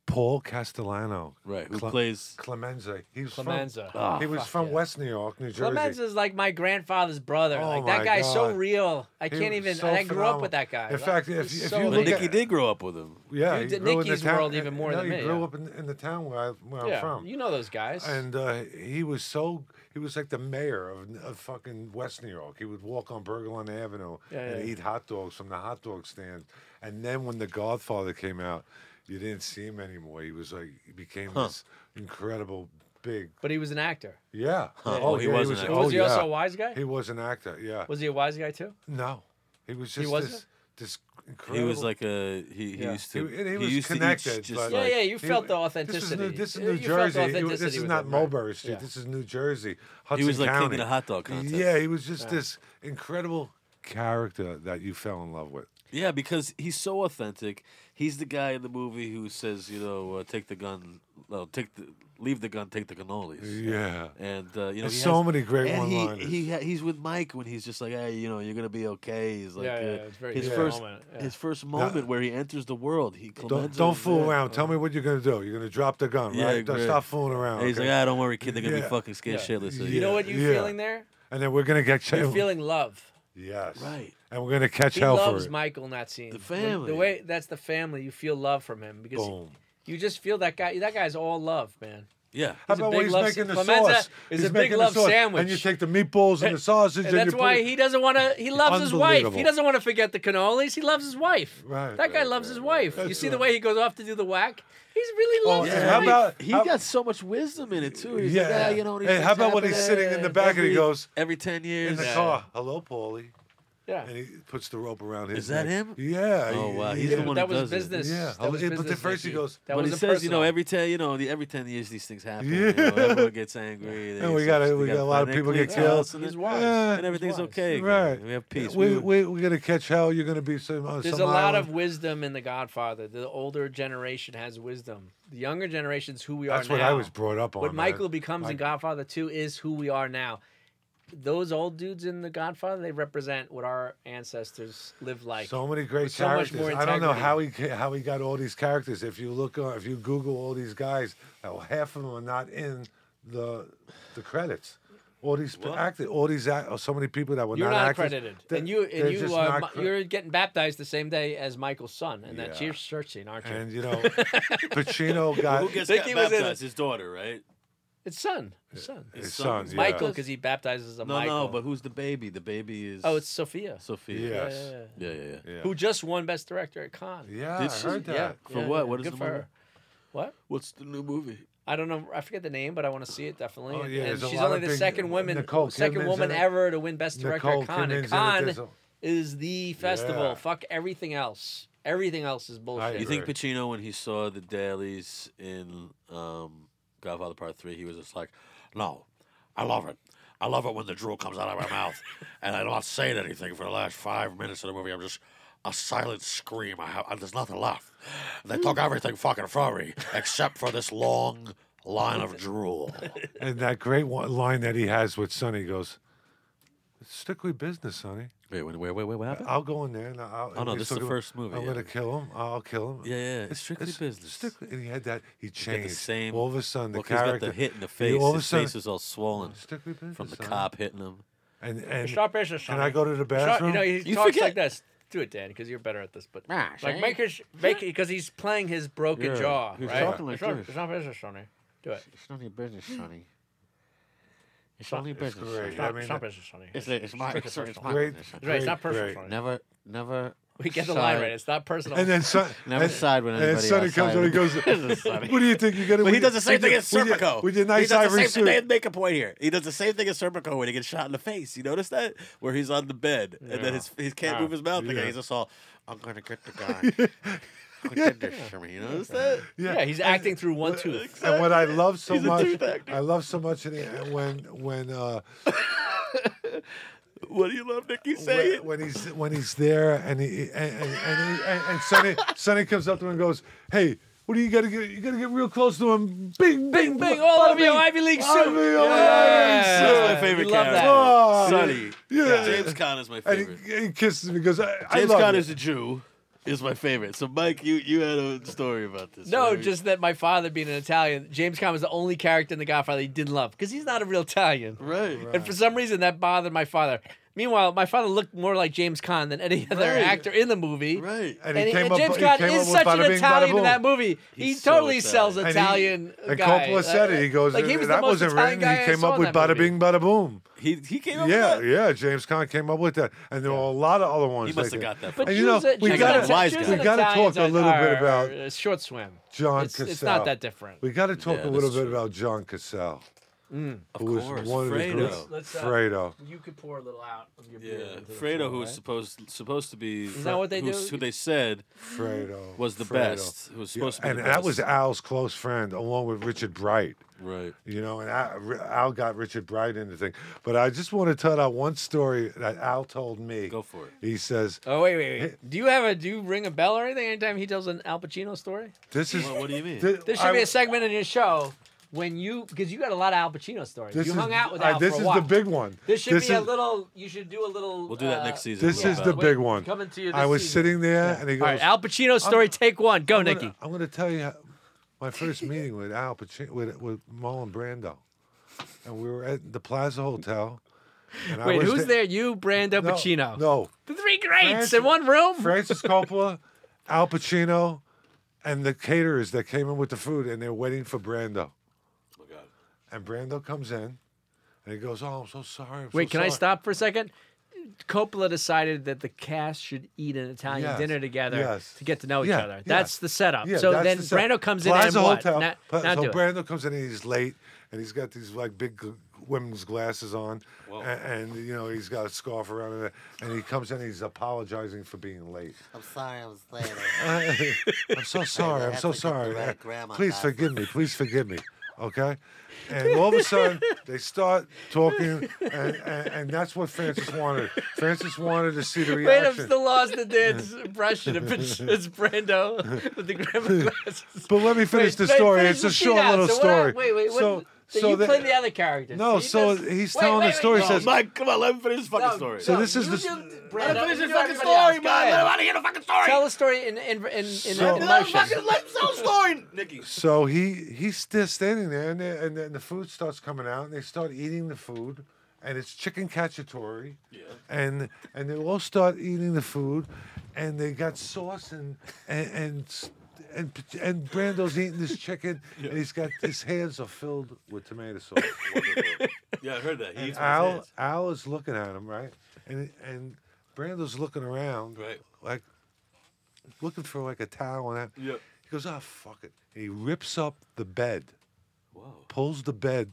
S3: Paul Castellano.
S4: Right, who plays-
S3: Clemenza? He was
S6: Clemenza.
S3: From,
S6: Oh,
S3: he was
S6: fuck
S3: from
S6: yeah.
S3: West New York, New Jersey.
S6: Clemens is like my grandfather's brother.
S3: Oh
S6: like that
S3: my
S6: guy's so
S3: God.
S6: real. I
S3: He
S6: can't
S3: was
S6: even.
S3: so
S6: and I grew up
S3: phenomenal.
S6: with that guy.
S3: In
S6: right?
S3: fact,
S6: He's
S3: if, if
S6: so
S3: you
S4: But
S3: look
S4: Nikki
S3: at,
S4: did grow up with him.
S3: yeah,
S6: You
S3: he
S6: did
S3: grew in
S6: Nikki's
S3: the town,
S6: world even
S3: and-
S6: more
S3: no,
S6: than
S3: he
S6: me,
S3: grew
S6: yeah.
S3: up in, in the town where, I, where
S6: yeah,
S3: I'm from.
S6: you know those guys.
S3: And uh, he was so he was like the mayor of, of fucking West New York. He would walk on Berglund Avenue
S6: Yeah,
S3: and
S6: yeah.
S3: eat hot dogs from the hot dog stand. And then when The Godfather came out, you didn't see him anymore. He was like he became
S6: Huh.
S3: this incredible big.
S6: but he was an actor.
S3: Yeah.
S6: Huh. Oh, he
S3: yeah,
S6: was an actor. Was he also
S3: yeah.
S6: a wise guy?
S3: He was an actor. Yeah.
S6: Was he a wise guy too?
S3: No, he was
S6: He
S3: just
S6: wasn't?
S3: this, this
S4: He
S3: incredible.
S4: was like a he, he
S3: Yeah.
S4: used to
S3: He- and he
S4: he
S3: was
S4: used to eat
S3: connected,
S4: just
S3: but-
S6: yeah,
S4: like-
S6: yeah. You
S3: He-
S6: felt the
S3: This is
S6: authenticity.
S3: New, this is
S6: You-
S3: New
S6: you felt the
S3: Jersey. He-
S6: authenticity
S3: This is
S6: with
S3: not
S6: him, right.
S3: Mulberry Street.
S6: Yeah.
S3: This is New Jersey.
S4: He
S3: Hudson
S4: was like king of
S3: County.
S4: the hot dog contest.
S3: Yeah, he was just
S4: Yeah.
S3: this incredible character that you fell in love with.
S4: Yeah, because he's so authentic. He's the guy in the movie who says, you know, uh, take the gun, uh, take the, leave the gun, take the cannolis.
S3: Yeah.
S4: and uh, you know,
S3: There's
S4: he
S3: so
S4: has-
S3: many great
S4: and he-
S3: one-liners.
S4: He, ha he's with Mike when he's just like, hey, you know, you're gonna be okay. He's like,
S6: Yeah,
S4: uh,
S6: yeah, it's very
S4: his
S6: good
S4: first
S6: moment, yeah.
S4: his first moment where he enters the world. He
S3: Don't,
S4: Clemenza
S3: don't
S4: is
S3: fool
S4: there.
S3: around. Tell me what you're gonna do. You're gonna drop the gun,
S4: Yeah,
S3: right? Don't
S4: great.
S3: Stop fooling around.
S4: And he's
S3: okay?
S4: like, ah, don't worry, kid. They're gonna
S3: Yeah.
S4: be fucking scared shitless. of
S6: You know what you're
S3: Yeah.
S6: feeling there?
S4: "Ah."
S3: And then we're gonna get ch- <laughs>
S6: You're feeling love.
S3: Yes.
S4: Right.
S3: And we're gonna catch
S6: he
S3: hell for
S6: loves
S3: it.
S6: Michael in that scene. The
S4: family.
S6: the way that's the family. You feel love from him because he-
S3: Boom.
S6: you just feel that guy. That guy's all love, man.
S4: Yeah.
S3: How
S6: He's a
S3: about
S6: big
S3: when he's
S6: love
S3: making
S6: sa-
S3: the
S6: Clemenza
S3: sauce?
S6: is
S3: he's
S6: a big
S3: making the
S6: love
S3: sauce,
S6: sandwich.
S3: And you take the meatballs and the sausage,
S6: And that's
S3: you
S6: why
S3: put-
S6: he doesn't want to. He loves his wife. He
S3: Unbelievable.
S6: doesn't want to forget the cannolis. He loves his wife.
S3: Right,
S6: that guy loves his wife. you
S3: That's
S6: see the
S3: right.
S6: way he goes off to do the whack. He's really
S3: Oh,
S6: loves
S3: and
S6: his
S3: how
S6: wife.
S3: about
S4: He
S3: how-
S4: got so much wisdom in it too. He's like,
S3: Yeah.
S4: ah, you know, these
S3: Hey, how
S4: things
S3: about when
S4: happen,
S3: he's sitting in the
S4: eh,
S3: back and he
S4: every-
S3: goes,
S4: every ten years
S3: in the
S4: Yeah.
S3: car. Hello, Paulie.
S6: Yeah.
S3: And he puts the rope around his
S4: Is that
S3: neck.
S4: him?
S3: Yeah.
S4: Oh,
S3: he-
S4: wow,
S3: he-
S4: he's the one
S6: that
S4: who
S6: was
S4: does it.
S6: business.
S3: Yeah,
S6: That was
S3: but the
S6: business,
S3: first he
S6: Nikki.
S3: goes-
S6: That
S4: but
S6: was
S4: he says, you know,
S6: impersonal.
S4: every ten, you know, the, every ten years these things happen.
S3: Yeah.
S4: You know, everyone gets
S3: <laughs>
S4: angry. they
S3: And we
S4: say
S3: got
S4: it's-
S3: a- we
S4: they
S3: got a lot of people get
S4: financial
S3: killed.
S4: loss And,
S3: He's
S4: it-
S3: wise.
S4: and
S3: He's
S4: everything's okay. again.
S3: Right.
S4: We have peace.
S3: We,
S4: We-
S3: we, we're going to catch hell. You're going to be some. Uh,
S6: There's
S3: some
S6: a lot of
S3: island.
S6: wisdom in The Godfather. The older generation has wisdom. The younger generation's who we
S3: That's
S6: are now.
S3: what I was brought up
S6: What
S3: on, man.
S6: Michael becomes in
S3: Like-
S6: Godfather 2 is who we are now. Those old dudes in The Godfather, they represent what our ancestors lived like.
S3: so many great
S6: with so much
S3: characters.
S6: more
S3: I don't know
S6: integrity.
S3: how he ca- how he got all these characters. If you look, on, if you Google all these guys, oh, half of them are not in the the credits. All these p- actors, all these act, oh, so many people that were
S6: You're
S3: not,
S6: not
S3: actors,
S6: credited,
S3: they-
S6: and you
S3: they're
S6: and you
S3: just
S6: are
S3: not
S6: mi-
S3: cre-
S6: you're getting baptized the same day as Michael's son, and that's
S3: Yeah.
S6: your church scene, aren't you? <laughs>
S3: and you know, Pacino got
S4: Who gets
S6: Think he was in
S4: baptized?
S6: a-
S4: His daughter, right?
S6: It's son, it's son.
S3: his son.
S6: It's
S3: yeah.
S6: Michael because he baptizes a
S4: No,
S6: Michael.
S4: no, but who's the baby? The baby is.
S6: oh, it's Sophia,
S4: Sophia.
S3: Yes.
S4: Yeah, yeah, yeah.
S3: Yeah.
S6: who just won Best Director at Cannes.
S3: Yeah,
S4: Did
S3: I
S4: she?
S3: heard
S6: Yeah,
S3: that.
S4: For
S6: yeah,
S4: what?
S6: yeah.
S4: What is
S6: Good
S4: the
S6: for
S4: movie?
S6: her. What?
S4: What's the new movie?
S6: I don't know. I forget the name, but I want to see it definitely.
S3: Oh, yeah,
S6: and
S3: there's a
S6: she's
S3: lot
S6: only
S3: of
S6: the
S3: big-
S6: second woman,
S3: Nicole
S6: second
S3: Kidman's
S6: woman
S3: in it.
S6: ever to win Best Director
S3: Nicole
S6: at Cannes. And
S3: Kidman's in it. There's
S6: Cannes
S3: a-
S6: is the festival.
S3: Yeah.
S6: Fuck everything else. Everything else is bullshit.
S4: You think
S3: Right.
S4: Pacino, when he saw the dailies in um, Godfather Part Three, he was just like, "No, I love it. I love it when the drool comes out of my
S3: <laughs>
S4: mouth, and I'm not saying anything for the last five minutes of the movie. I'm just a silent scream. I have I, there's nothing left. They took everything fucking from me except for this long line of
S3: <laughs>
S4: drool.
S3: And that great one line that he has with Sonny goes, "Stick with business, Sonny.
S4: wait, wait, wait, wait, wait, what happened?
S3: I'll go in there and I'll."
S4: Oh, no,
S3: and
S4: this is
S3: he'll
S4: the
S3: go,
S4: first movie,
S3: I'm
S4: yeah.
S3: gonna kill him. I'll kill him.
S4: Yeah, yeah, it's strictly business.
S3: Stick with-" and he had that. He
S4: He's got
S3: changed.
S4: the same.
S3: All of a sudden, the
S4: look,
S3: character
S4: he's got the hit in the
S3: he
S4: face.
S3: All of a
S4: His
S3: sudden,
S4: face is all swollen
S3: strictly
S4: from
S3: business,
S4: the
S3: Sonny.
S4: cop hitting him.
S3: And and
S6: Stop pressure,
S3: can I
S6: Sonny.
S3: go to the
S6: Sure,
S3: bathroom?
S6: you know, he
S4: You
S6: talks
S4: forget-
S6: like this. Do it, Dan, because you're better at this. But
S18: Ah,
S6: like,
S18: see?
S6: make it, make it, because he's playing his broken
S4: Yeah,
S6: jaw,
S4: he's
S6: right?
S4: talking like
S6: it's, not,
S4: this.
S6: it's not business, Sonny. Do it.
S18: It's none of your business, Sonny. It's
S6: not-
S18: only
S6: it's
S18: business.
S3: great.
S18: Sonny.
S6: Not,
S3: I mean,
S6: it's not business, Sonny.
S18: It's, it's my.
S6: strictly
S18: It's, it's
S6: personal.
S18: my
S3: Great,
S18: business.
S6: Right, it's not
S3: great,
S6: personal,
S3: great.
S6: Sonny.
S18: Never, never.
S6: We get the
S18: side-
S6: line right. It's not personal.
S3: And then
S4: <laughs>
S3: son,
S18: Never
S3: and,
S18: side with
S3: and then
S18: anybody
S3: Sonny
S18: else.
S3: comes
S18: Side
S3: over and
S18: with-
S3: goes,
S18: This is Sonny.
S3: "What do you think you're gonna?"
S4: But he
S3: with
S4: does the
S3: your-
S4: same
S3: with
S4: thing
S3: your-
S4: as
S3: with your-
S4: Serpico.
S3: With your
S4: he does
S3: nice
S4: the
S3: ivory
S4: same
S3: suit.
S4: thing. They make a point here. He does the same thing as Serpico when he gets shot in the face. You notice that where he's on the bed and
S6: Yeah.
S4: then his he can't
S6: Ah,
S4: move his mouth again.
S3: yeah.
S4: He's just all, "I'm gonna get the guy." Who
S3: <laughs>
S4: did this to me? You notice that?
S6: yeah.
S4: <laughs>
S6: he's acting through one tooth.
S3: And what I love so
S4: He's a
S3: much,
S4: tooth actor.
S3: I love so much in the- when when uh,
S4: What do you love, Nicky? Say
S3: when,
S4: it.
S3: when he's when he's there and he and and, and, he, and, and Sonny Sonny comes up to him and goes, "Hey, what do you got to get? You got to get real close to him. Bing, bing,
S6: bing, all
S3: bada
S6: over your
S3: bing,
S6: Ivy League
S3: Ivy
S6: suit."
S3: League, all over
S6: Yeah.
S3: your
S4: That's
S3: Ivy League
S4: my
S3: suit.
S4: favorite
S6: You love
S4: character.
S3: that.
S4: Sonny.
S3: Ah. Yeah.
S4: James Conn is my
S3: And
S4: favorite.
S3: he, he kisses him. He goes, "I, I
S4: James
S3: love
S4: Conn
S3: you."
S4: is a Jew. is my favorite. So, Mike, you, you had a story about this.
S6: No,
S4: right?
S6: just that my father being an Italian, James Caan was the only character in The Godfather he didn't love because he's not a real Italian.
S4: Right.
S6: And for some reason that bothered my father. Meanwhile, my father looked more like James Caan than any other
S4: Right.
S6: actor in the movie.
S4: Right.
S6: And,
S3: And he came
S6: and
S3: up-
S6: James
S3: he
S6: Caan
S3: came up
S6: is
S3: with
S6: such
S3: Bada
S6: an
S3: Bing, Bada
S6: Italian in
S3: Boom.
S6: that movie. he
S3: He's so
S6: totally
S3: Italian.
S6: sells
S3: And he-
S6: Italian.
S3: And
S6: guy.
S3: Coppola said it. He goes,
S6: like, he was
S3: that
S6: the most
S3: wasn't
S6: Italian
S3: written. He
S6: guy I
S3: came
S6: saw
S3: up
S6: in
S3: with
S6: that
S3: Bada
S6: movie.
S3: Bing, Bada Boom.
S4: He, he came up
S3: Yeah,
S4: with that.
S3: yeah. James Conn came up with that, and there were a lot of other ones.
S4: He must have
S3: like
S4: got that
S3: that.
S4: from
S3: And
S4: But
S3: you know,
S4: choose a-
S3: we
S4: choose
S3: got
S4: an
S3: to
S4: Italian- choose
S3: we
S4: an
S3: got to talk a
S6: Italians
S3: little
S6: are-
S3: bit about
S6: are uh, short swim.
S3: John
S6: It's-
S3: Cassell.
S6: it's not that different.
S3: We got to talk
S4: Yeah,
S3: a little
S4: that's
S3: bit about John Cassell,
S6: Mm.
S3: who was
S4: course,
S3: one of the
S4: Fredo.
S3: greats.
S6: Let's, uh, <laughs>
S3: Fredo.
S6: You could pour a little out of your beer.
S4: Yeah,
S6: into the
S4: Fredo,
S6: floor,
S4: who was
S6: right?
S4: supposed supposed to be
S6: Is that what they
S4: who's-
S6: do?
S4: Who they said
S3: Fredo
S4: was the
S3: Fredo.
S4: best. Who was
S3: Yeah,
S4: supposed to be
S3: and
S4: the
S3: that
S4: best.
S3: was Al's close friend, along with Richard Bright.
S4: right.
S3: You know, and Al, Al got Richard Bright in the thing. But I just want to tell that one story that Al told me.
S4: Go for it.
S3: He says,
S6: Oh wait, wait, wait! Do you have a do you ring a bell or anything anytime he tells an Al Pacino story?
S3: "This is
S4: What, what do you mean?
S3: thi-
S6: There should
S3: I-
S6: be a segment in your show when you because you got a lot of Al Pacino stories.
S3: this
S6: You
S3: is-
S6: hung out with
S3: I-
S6: Al
S3: This
S6: for a
S3: is
S6: while.
S3: the big one.
S6: This should be a
S3: is-
S6: little. You should do a little.
S4: We'll do that
S6: uh,
S4: next season.
S3: This
S4: We'll
S3: is
S4: do
S3: the
S4: that.
S6: Wait,
S3: big one.
S6: coming to you
S3: I
S6: this
S3: was
S6: season.
S3: sitting there, and he
S6: All
S3: goes,
S6: right, Al Pacino story, take one. Go,
S3: I'm gonna-
S6: Nikki.
S3: I'm going to tell you how, my first meeting with Al Pacino, with, with Marlon Brando. And we were at the Plaza Hotel. And I
S6: Wait,
S3: was
S6: who's there? You, Brando,
S3: No,
S6: Pacino.
S3: No.
S6: The three greats
S3: Francis-
S6: in one room.
S3: Francis Coppola, Al Pacino, and the caterers that came in with the food, and they're waiting for Brando.
S4: Oh, God.
S3: And Brando comes in, and he goes, "Oh, I'm so sorry." I'm so
S6: Wait, can I
S3: sorry."
S6: stop for a second? Coppola decided that the cast should eat an Italian
S3: Yes,
S6: dinner together
S3: yes.
S6: to get to know each
S3: Yeah,
S6: other.
S3: yeah.
S6: That's the setup.
S3: Yeah,
S6: so
S3: that's
S6: then
S3: the set.
S6: Brando comes in
S3: Plaza
S6: and what?
S3: Hotel.
S6: Now,
S3: Pla-
S6: now
S3: so
S6: do it.
S3: Brando comes in and he's late, and he's got these like big gl- women's glasses on, a- and, and you know he's got a scarf around it, and he comes in, and he's apologizing for being late.
S16: I'm sorry I was late.
S3: I- <laughs> I'm so sorry. I'm
S16: had
S3: so
S16: to get the
S3: sorry.
S16: right
S3: Uh,
S16: grammar
S3: Please
S16: back.
S3: forgive me. Please forgive me. Okay? And all of a <laughs> sudden, they start talking, and, and, and that's what Francis wanted. Francis wanted to see the
S6: Wait, I'm
S3: reaction.
S6: still lost in Dan's impression
S3: <laughs>
S6: of it's, it's Brando with the grammar glasses.
S3: But let me
S6: Wait,
S3: finish the
S6: wait,
S3: story.
S6: finish
S3: it's
S6: the
S3: a short
S6: scene out.
S3: little
S6: So what-
S3: story.
S6: Wait, wait, what,
S3: So, so
S6: you
S3: that-
S6: play the other character.
S3: No, so
S6: just-
S3: he's
S6: Wait,
S3: telling
S6: wait,
S3: the story.
S6: wait,
S3: says,
S6: no.
S4: Mike, come on, let me finish his fucking
S6: No,
S4: story.
S3: So this is
S6: you
S3: the
S6: do
S3: s-
S6: Brando,
S4: Let him
S6: you
S4: finish his
S6: do
S4: fucking
S6: everybody else.
S4: story,
S6: Go
S4: man.
S6: ahead.
S4: Let him out of here the fucking story.
S6: Tell the story in in in, in,
S3: So-
S4: Let him
S6: motion.
S4: fucking let him tell the <laughs> story, Nikki.
S3: So he he's still standing there, and the- and then the food starts coming out, and they start eating the food, and it's chicken cacciatore, yeah. and and they all start eating the food, and they got sauce and and. and s- and, p- and Brando's eating
S4: <laughs>
S3: this chicken, and he's got his hands are filled with tomato sauce.
S4: Yeah, I heard that. He eats
S3: and
S4: with his
S3: Al
S4: hands.
S3: Al is looking at him, right? And and Brando's looking around,
S4: Right.
S3: like looking for like a towel and that.
S4: Yep.
S3: He goes, oh fuck it. And he rips up the bed,
S4: Whoa.
S3: pulls the bed,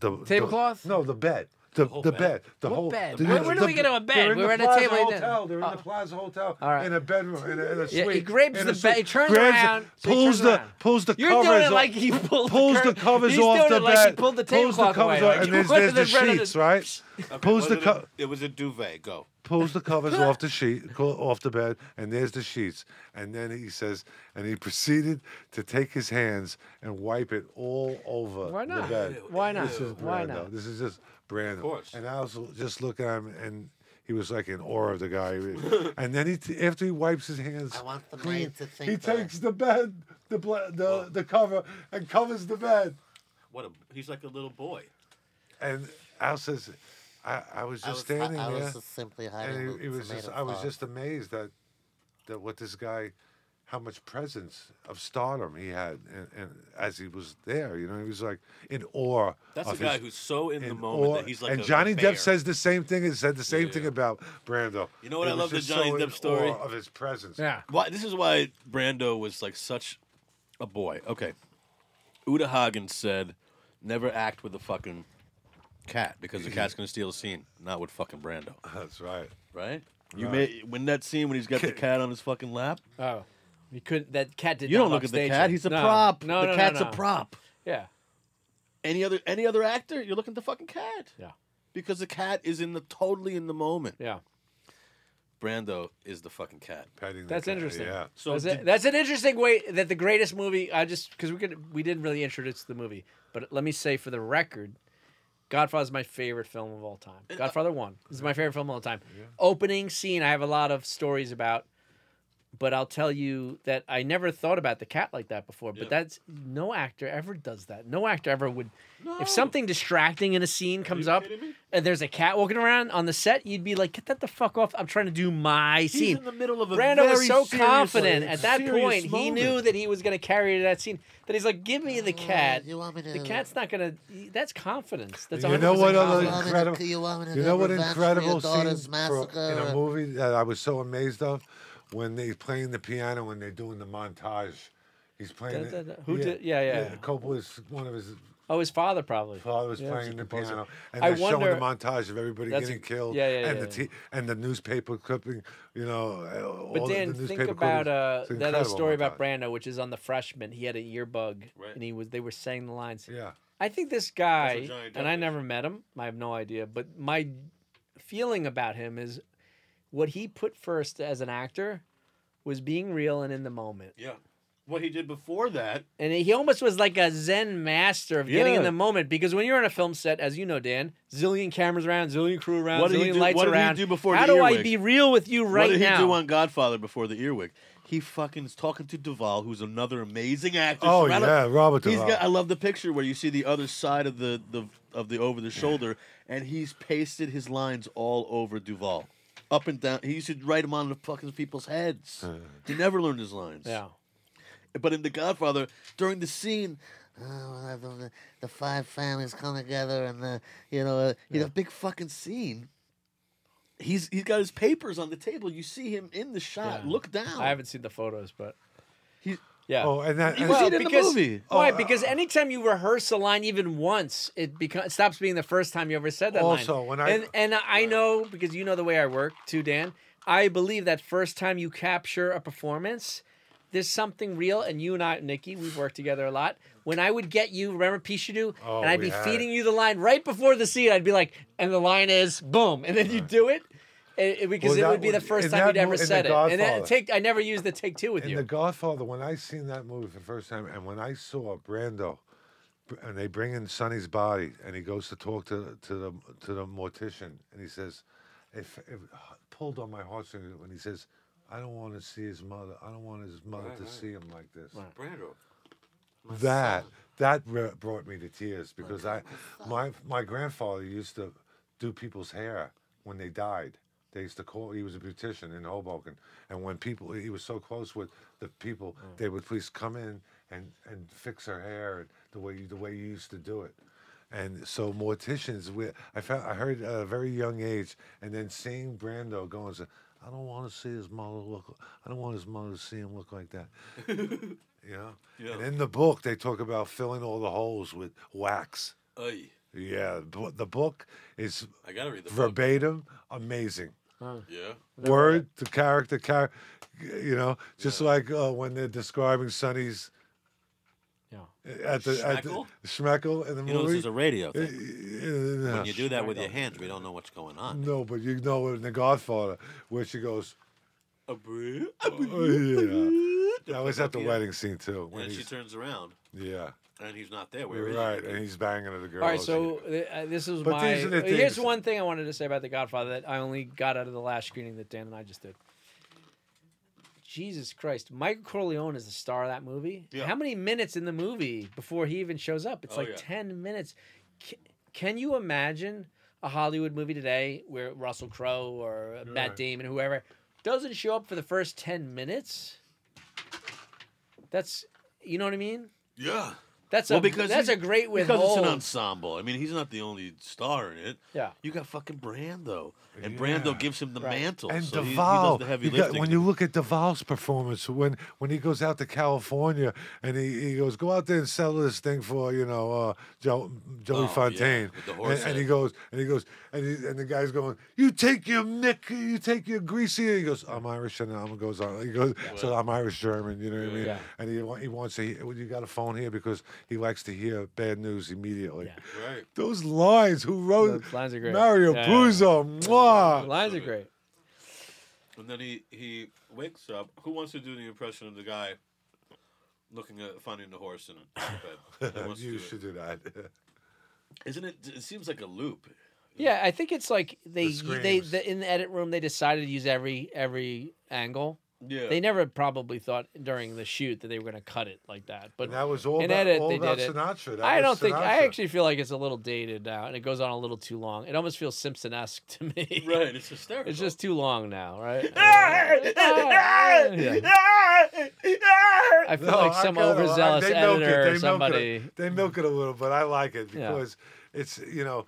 S3: the the-
S6: Tablecloth?
S3: no, the bed. The, the,
S4: whole
S3: bed.
S4: bed.
S3: the
S6: What
S3: whole
S6: bed?
S3: the-
S6: Where- where do
S3: the-
S6: we get to a bed?
S3: they're in
S6: We
S3: the
S6: were at a
S3: Plaza
S6: table you didn't-
S3: Hotel. They're in
S6: Oh.
S3: the Plaza Hotel.
S6: All right.
S3: In a bedroom. In a, in a
S6: Yeah,
S3: suite.
S6: he grabs
S3: in
S6: the
S3: a
S6: bed. He
S3: suite,
S6: turns
S3: grabs it,
S6: around. so he
S3: Pulls
S6: turns
S3: the
S6: around.
S3: pulls the
S6: You're
S3: covers.
S6: doing it
S3: off-
S6: like he pulled the
S3: pulls the
S6: curtain-
S3: covers
S6: He's
S3: off
S6: doing
S3: the
S6: it
S3: bed.
S6: like he pulled the
S3: pulls the
S6: tablecloth away,
S3: covers
S6: like <laughs>
S3: off,
S6: he
S3: and there's,
S6: wanted
S3: there's the
S6: to run it- <laughs>
S3: sheets, right? Pulls the
S19: What
S3: co-
S19: did it, it was a duvet. Go.
S3: pulls the covers
S6: <laughs>
S3: off the sheet, co- off the bed, and there's the sheets. And then he says, and he proceeded to take his hands and wipe it all over
S6: Why not?
S3: the bed.
S6: Why not?
S3: This is Brando.
S6: Why not?
S3: This is just Brando. Of
S19: course.
S3: And I was l- just looking at him, and he was like in awe of the guy. <laughs> and then he, t- after he wipes his hands,
S16: I want the
S3: clean,
S16: maid to think
S3: he
S16: that. Oh.
S3: takes the bed, the bla- the, the cover, and covers the bed.
S19: What a he's like a little boy.
S3: And Al says, I, I was just
S16: I was, hi-
S3: standing
S16: I
S3: there.
S16: was just simply hiding
S3: and
S16: the
S3: it, it was just
S16: tomato
S3: I was
S16: sauce.
S3: just amazed that that what this guy how much presence of stardom he had and, and as he was there you know he was like in awe
S19: That's
S3: of
S19: a guy
S3: his-
S19: who's so in, the
S3: in
S19: moment
S3: awe.
S19: that he's like
S3: and
S19: a
S3: Johnny
S19: bear.
S3: Depp says the same thing and said the same thing about Brando
S19: You know what
S3: He
S19: I
S3: was
S19: love the
S3: just
S19: Johnny
S3: so
S19: Depp
S3: in
S19: story?
S3: awe of his presence
S6: Yeah.
S19: Why this is why Brando was like such a boy. Okay. Uta Hagen said, never act with a fucking cat because the cat's gonna steal the scene, not with fucking Brando.
S3: <laughs> that's right
S19: Right? You
S3: Right.
S19: may when that scene when he's got the cat on his fucking lap.
S6: Oh, you couldn't. That cat did.
S19: You
S6: not
S19: don't look at the
S6: upstage
S19: cat,
S6: him.
S19: he's a
S6: No.
S19: prop.
S6: No,
S19: the
S6: no, no,
S19: cat's
S6: no.
S19: a prop.
S6: Yeah.
S19: Any other any other actor, you're looking at the fucking cat.
S6: Yeah.
S19: Because the cat is in the totally in the moment.
S6: Yeah.
S19: Brando is the fucking cat.
S3: Petting the
S6: That's
S3: guy,
S6: interesting.
S3: yeah
S19: So
S6: that's,
S19: did-
S6: it- that's an interesting way that the greatest movie. I just because we could we didn't really introduce the movie, but let me say for the record, Godfather is my favorite film of all time. Godfather One is my favorite film of all time. Opening scene, I have a lot of stories about. But I'll tell you that I never thought about the cat like that before. But
S4: Yep.
S6: that's no actor ever does that. No actor ever would. If something distracting in a scene comes up and there's a cat walking around on the set, you'd be like, "Get that the fuck off! I'm trying to do my
S4: He's
S6: scene."
S4: in the middle of a
S6: Brando was
S4: very
S6: so
S4: serious,
S6: confident
S4: like,
S6: at that
S4: serious
S6: point. He knew
S4: moment.
S6: that he was going to carry to that scene. That he's like, "Give me
S3: Oh,
S6: the cat."
S16: you want me
S6: The
S16: to-
S6: cat's not going to. That's confidence. That's
S3: you know what other
S6: confidence.
S3: incredible,
S16: you want me to
S3: you know
S16: do
S3: what
S16: revenge for
S3: incredible
S16: your daughter's
S3: scene for- in
S16: massacre?
S3: a movie that I was so amazed of when they playing the piano when they're doing the montage. He's playing.
S6: Da,
S3: it-
S6: da, da. Who did- yeah, yeah.
S3: Coppola's one of his
S6: Oh, his father probably.
S3: father was
S6: Yeah, was
S3: playing
S6: a
S3: the
S6: composer.
S3: piano, and
S6: I
S3: they're showing
S6: wonder-
S3: the montage of everybody
S6: That's a-
S3: getting killed,
S6: yeah, yeah,
S3: and
S6: yeah,
S3: the t- and the newspaper clipping, you know, uh,
S6: But
S3: all the-
S6: Dan,
S3: the
S6: think
S3: newspaper
S6: about uh,
S3: clippings. It's an
S6: that other
S3: incredible
S6: story
S3: montage.
S6: about Brando, which is on the freshman. He had an earbug, and he was they were saying the lines.
S3: Yeah.
S6: I think this guy,
S4: Johnny Depp
S6: and I never met him. I have no idea, but my feeling about him is what he put first as an actor was being real and in the moment.
S4: Yeah. What he did before that.
S6: And he almost was like a Zen master of getting in
S4: Yeah.
S6: the moment because when you're on a film set, as you know, Dan, zillion cameras around, zillion crew around,
S4: What did he
S6: zillion
S4: do-
S6: lights
S4: what did he
S6: around.
S4: do before
S6: How
S4: the
S6: do I
S4: earwig?
S6: be real with you right
S4: what did
S6: now?
S4: he do on Godfather before the earwig? He fucking is talking to Duvall, who's another amazing actor.
S3: Oh,
S4: Surrounded-
S3: yeah, Robert
S4: He's
S3: Duvall.
S4: got. I love the picture where you see the other side of the, the of the over the shoulder, and he's pasted his lines all over Duvall, up and down. He used to write them on the fucking people's heads.
S3: Uh.
S4: he never learned his lines.
S6: Yeah.
S4: But in The Godfather, during the scene, "Oh,
S16: Uh, the, the- the five families come together and the you know uh, you
S4: Yeah.
S16: know
S4: big fucking scene. he's he's got his papers on the table. You see him in the shot.
S6: Yeah.
S4: Look down.
S6: I haven't seen the photos, but
S4: He-
S6: yeah.
S3: Oh, and that-
S4: You
S3: and-
S4: see it in the
S6: because,
S4: movie.
S6: Why?
S3: Oh, uh,
S6: because anytime you rehearse a line even once, it becomes it stops being the first time you ever said that line.
S3: Also, when I-
S6: and, and I know because you know the way I work too, Dan. I believe that first time you capture a performance, there's something real. And you and I, Nikki, we've worked together a lot. When I would get you, remember Pichadu,
S4: Oh,
S6: and I'd
S4: we
S6: be
S4: had
S6: feeding you the line right before the scene. I'd be like, and the line is boom, and then you do it. and- and because
S3: Well,
S6: it
S3: that
S6: would be the
S3: was-
S6: first
S3: in
S6: time
S3: that
S6: you'd ever
S3: mo- in The
S6: said it, and then
S3: Godfather.
S6: take I never used the take two with
S3: in
S6: you.
S3: The Godfather, when I seen that movie for the first time, and when I saw Brando, br- and they bring in Sonny's body, and he goes to talk to to the to the mortician, and he says, "If it pulled on my heartstrings," when he says, "I don't want to see his mother. I don't want his mother
S20: Right,
S3: to
S20: right.
S3: see him like this."
S20: Brando.
S3: that that re- brought me to tears because I my my grandfather used to do people's hair when they died. They used to call. He was a beautician in Hoboken, and when people he was so close with the people, they would please come in and and fix her hair and the way you, the way you used to do it. And so morticians, we, I found I heard at a very young age, and then seeing Brando going, I don't want to see his mother look. I don't want his mother to see him look like that. You know?
S4: Yeah.
S3: And in the book, they talk about filling all the holes with wax.
S4: Oy.
S3: Yeah, bu- the book is
S4: I gotta read the book.
S3: verbatim amazing.
S4: Yeah.
S3: Word to character, char- you know, just like uh, when they're describing Sonny's.
S6: Yeah.
S3: At the, at the
S4: Schmeckle?
S3: Schmeckle in the
S4: You
S3: movie.
S4: know, this is a radio thing.
S3: Uh, uh,
S4: When you do that with your hands, we don't know what's going on.
S3: No, but you know in The Godfather where
S4: <laughs>
S3: she goes,
S4: A brew.
S3: oh, yeah. That was at the wedding scene too.
S4: And
S3: When
S4: then she
S3: he's,
S4: turns around,
S3: yeah,
S4: and he's not there. Where
S3: you're
S4: is
S3: right,
S4: he?
S3: and he's banging at the girl.
S6: All right, so uh, this is
S3: But
S6: my.
S3: these are the
S6: Here's
S3: things-
S6: one thing I wanted to say about The Godfather that I only got out of the last screening that Dan and I just did. Jesus Christ, Michael Corleone is the star of that movie.
S4: Yeah.
S6: How many minutes in the movie before he even shows up? It's
S4: Oh,
S6: like
S4: yeah.
S6: ten minutes. Can, can you imagine a Hollywood movie today where Russell Crowe or Matt Damon, whoever, doesn't show up for the first ten minutes? That's you know what I mean.
S4: Yeah.
S6: That's a that's
S4: he's-
S6: a great
S4: because it's an
S6: withhold.
S4: ensemble. I mean, he's not the only star in it.
S6: Yeah.
S4: You got fucking Brando, and
S3: Yeah.
S4: Brando gives him the mantle,
S3: And
S4: so he, he
S3: Duvall,
S4: does the heavy
S3: you got-
S4: lifting.
S3: when you look at Duvall's performance, when when he goes out to California and he, he goes, go out there and sell this thing for you know uh, Joe, Joey
S4: Oh, yeah,
S3: Fontaine,
S4: with the
S3: and,
S4: horse
S3: and
S4: head.
S3: he goes and he goes and he, and the guy's going, you take your Nick, you take your greasy. He goes, I'm Irish, and I'm goes on. He goes, so I'm Irish German, you know what I mean?
S6: Yeah.
S3: And he wa- he wants to, hear, well, you got a phone here because he likes to hear bad news immediately.
S4: Right.
S3: Those lines, who wrote
S6: Those lines are great.
S3: Oh, Mario
S6: Yeah.
S3: Puzo,
S6: The
S3: mwah.
S6: lines are great.
S4: And then he he wakes up. Who wants to do the impression of the guy looking at finding the horse in a
S3: <laughs>
S4: bed? Who wants to
S3: you
S4: do it?
S3: should do that.
S4: Isn't it? It seems like a loop.
S6: Yeah, I think it's like they
S4: The
S6: they
S4: screams.
S6: the, in the edit room they decided to use every every angle.
S4: Yeah. <laughs>
S6: They never probably thought during the shoot that they were going to cut it like that. But
S3: And that was all
S6: in
S3: about-
S6: edit,
S3: all
S6: they
S3: about
S6: did it.
S3: Sinatra. That
S6: I
S3: was
S6: don't think. I
S3: Sinatra.
S6: actually feel like it's a little dated now, and it goes on a little too long. It almost feels Simpson-esque to me.
S4: Right, it's
S6: <laughs>
S4: hysterical.
S6: It's
S4: <laughs>
S6: just too long now,
S3: <laughs>
S6: right? I feel
S3: No,
S6: like some
S3: kinda like-
S6: overzealous
S3: they milk it,
S6: editor
S3: they
S6: or
S3: Milk
S6: somebody.
S3: it, they milk it a little, but I like it
S6: Yeah.
S3: because it's you know.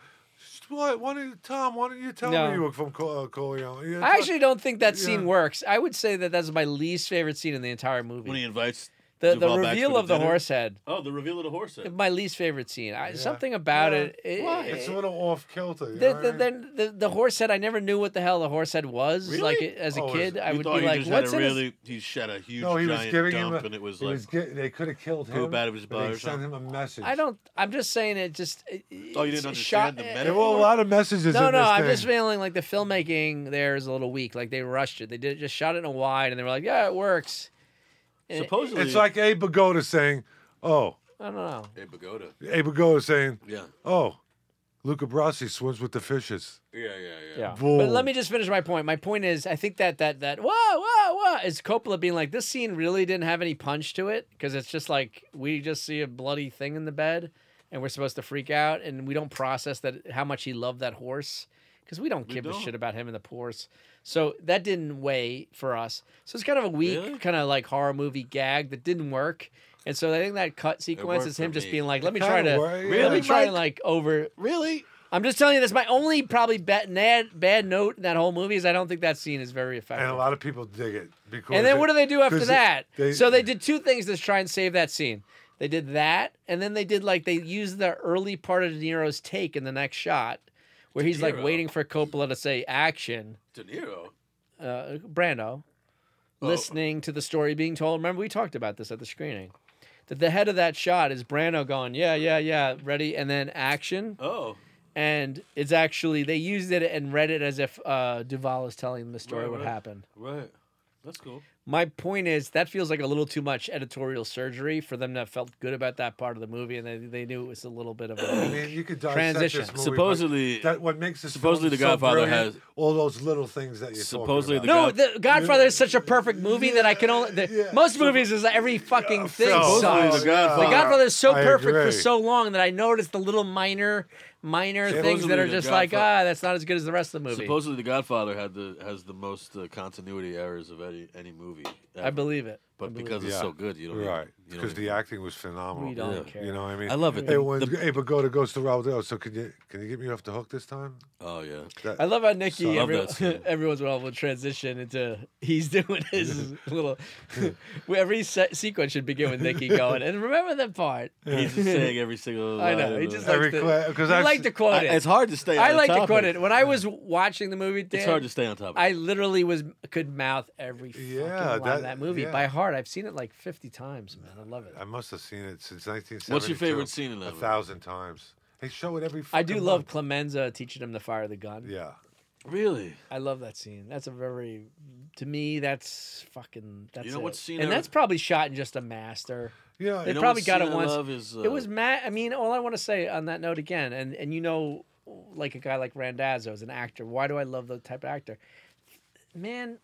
S3: What? Why don't you, Tom? Why don't you tell
S6: No.
S3: me you work from Co- uh, Corleone? You know,
S6: I actually don't think that
S3: Yeah.
S6: scene works. I would say that that's my least favorite scene in the entire movie.
S4: When he invites
S6: the, the
S4: Duval back for
S6: reveal
S4: the
S6: of the
S4: dinner?
S6: horse head.
S4: Oh, the reveal of the horse head.
S6: My least favorite scene. I,
S4: Yeah.
S6: Something about
S4: Yeah.
S6: it. it-
S4: Why?
S3: It's a little off kilter. you
S6: the,
S3: know
S6: the,
S3: what I mean?
S6: the, the, the horse head. I never knew what the hell the horse head was.
S4: Really?
S6: Like as a
S4: Oh, is
S6: kid,
S4: it-
S6: I
S4: you
S6: would
S4: thought
S6: be
S4: he
S6: like,
S4: just had
S6: "What's
S4: a
S6: in this?"
S4: really he shed a huge
S3: no, he was
S4: giant
S3: giving
S4: dump
S3: him. A,
S4: and it was
S3: he
S4: like
S3: was get- they could have killed him.
S4: go bad if it's
S3: but They
S4: bad or
S3: sent him a message.
S6: I don't. I'm just saying it. Just
S4: Oh, you didn't
S6: it's
S4: understand the
S6: shot-
S4: metaphor?
S3: There were a lot of messages.
S6: No,
S3: in
S6: no,
S3: this
S6: I'm
S3: thing.
S6: just feeling like the filmmaking there is a little weak. Like they rushed it. They did just shot it in a wide, and they were like, "Yeah, it works." And it-
S3: It's like Abe Pagoda saying, "Oh,
S6: I don't know.
S4: Hey, Pagoda.
S3: Abe Pagoda saying,
S4: Yeah.
S3: oh, Luca Brasi swims with the fishes."
S4: Yeah, yeah, yeah.
S6: But let me just finish my point. My point is, I think that that that whoa whoa whoa is Coppola being like this scene really didn't have any punch to it because it's just like we just see a bloody thing in the bed and we're supposed to freak out and we don't process that how much he loved that horse because we don't
S4: We
S6: give a
S4: don't.
S6: shit about him and the horse. So that didn't weigh for us. So it's kind of a weak
S4: Really?
S6: kind of like horror movie gag that didn't work. And so I think that cut sequence
S4: worked
S6: is him
S4: for
S6: just
S4: me.
S6: being like,
S4: It
S6: let me try
S4: kinda
S6: to
S4: worked.
S6: let me
S4: Really,
S6: try and
S4: Mike?
S6: like over
S4: Really?
S6: I'm just telling you, that's my only probably bad, bad, bad note in that whole movie is I don't think that scene is very effective.
S3: And a lot of people dig it because.
S6: And then what do they do after
S3: 'cause
S6: that?
S3: they-
S6: so they did two things to try and save that scene. They did that, and then they did like they used the early part of De Niro's take in the next shot, where
S4: De
S6: he's like
S4: Niro?
S6: waiting for Coppola to say action.
S4: De Niro.
S6: Uh, Brando,
S4: Oh.
S6: listening to the story being told. Remember, we talked about this at the screening. That the head of that shot is Brando going, yeah, yeah, yeah, ready, and then action
S4: Oh.
S6: and it's actually they used it and read it as if uh, Duval is telling the story
S4: Right,
S6: what
S4: right.
S6: happened.
S4: Right. That's cool.
S6: My point is that feels like a little too much editorial surgery for them to felt good about that part of the movie, and they, they knew it was a little bit of
S3: I
S4: <coughs>
S6: a <coughs>
S3: mean, you could dissect
S6: transition.
S3: This movie, but
S4: Supposedly-
S3: that what makes this
S4: supposedly
S3: film
S4: The
S3: so
S4: Godfather
S3: brilliant,
S4: has-
S3: all those little things that you
S4: Supposedly
S3: talking
S4: The
S6: no,
S4: God-
S6: the Godfather is such a perfect movie that I can only. The, Most movies is every fucking thing sucks.
S4: so- Supposedly The Godfather.
S6: The Godfather is so
S3: I
S6: perfect for
S3: agree.
S6: so long that I noticed the little minor, minor things that
S4: Supposedly
S6: are
S4: The
S6: just like
S4: Godfather-
S6: ah, that's not as good as the rest of the movie.
S4: Supposedly, The Godfather had the has the most uh, continuity errors of any any movie.
S6: I
S4: ever.
S6: believe it. I
S4: But
S6: believe
S4: because
S6: it.
S4: it's so good, you don't. even- you
S3: Right,
S4: don't
S3: because
S4: even-
S3: the acting was
S4: Oh,
S3: phenomenal.
S6: We don't Yeah. care.
S3: You know what I mean?
S4: I love it.
S3: And when Abe Pagoda goes to Raul Dale, so can you can you get me off the hook this time?
S4: Oh yeah.
S3: That-
S6: I love how
S3: So-
S6: Nikki,
S4: I love
S6: every,
S4: that scene.
S6: <laughs> everyone's well will transition into he's
S4: <laughs>
S6: doing his little. <laughs> every se- sequence should begin with
S4: <laughs>
S6: Nikki going, and remember that part.
S4: He's just
S6: <laughs>
S4: saying every single.
S6: I know.
S4: line
S6: He
S4: of
S6: just
S4: the-
S6: likes to, he like to quote
S4: I-
S6: it.
S4: It's hard to stay.
S6: I
S4: on
S6: like to
S4: topic.
S6: quote it. When I was watching the movie, Dan,
S4: It's hard to stay on topic.
S6: I literally was could mouth every fucking
S3: Yeah,
S6: line of
S3: that-
S6: that movie
S3: yeah.
S6: by heart. I've seen it like fifty times, man. I love it.
S3: I must have seen it since 1972.
S4: What's your favorite scene in that
S3: A
S4: movie?
S3: thousand times. They show it every.
S6: I do
S3: fucking
S6: love
S3: month.
S6: Clemenza teaching him to fire the gun.
S3: Yeah.
S4: Really?
S6: I love that scene. That's a very, to me, that's fucking. That's
S4: know
S6: it.
S4: what scene
S6: And
S4: I-
S6: that's probably shot in just a master.
S3: Yeah,
S6: they
S4: You know
S6: probably
S4: what
S6: got
S4: scene
S6: it
S4: I
S6: once.
S4: love is,
S6: It
S4: uh,
S6: was Matt. I mean, all I want to say on that note again, and and you know, like a guy like Randazzo is an actor. Why do I love the type of actor? Man,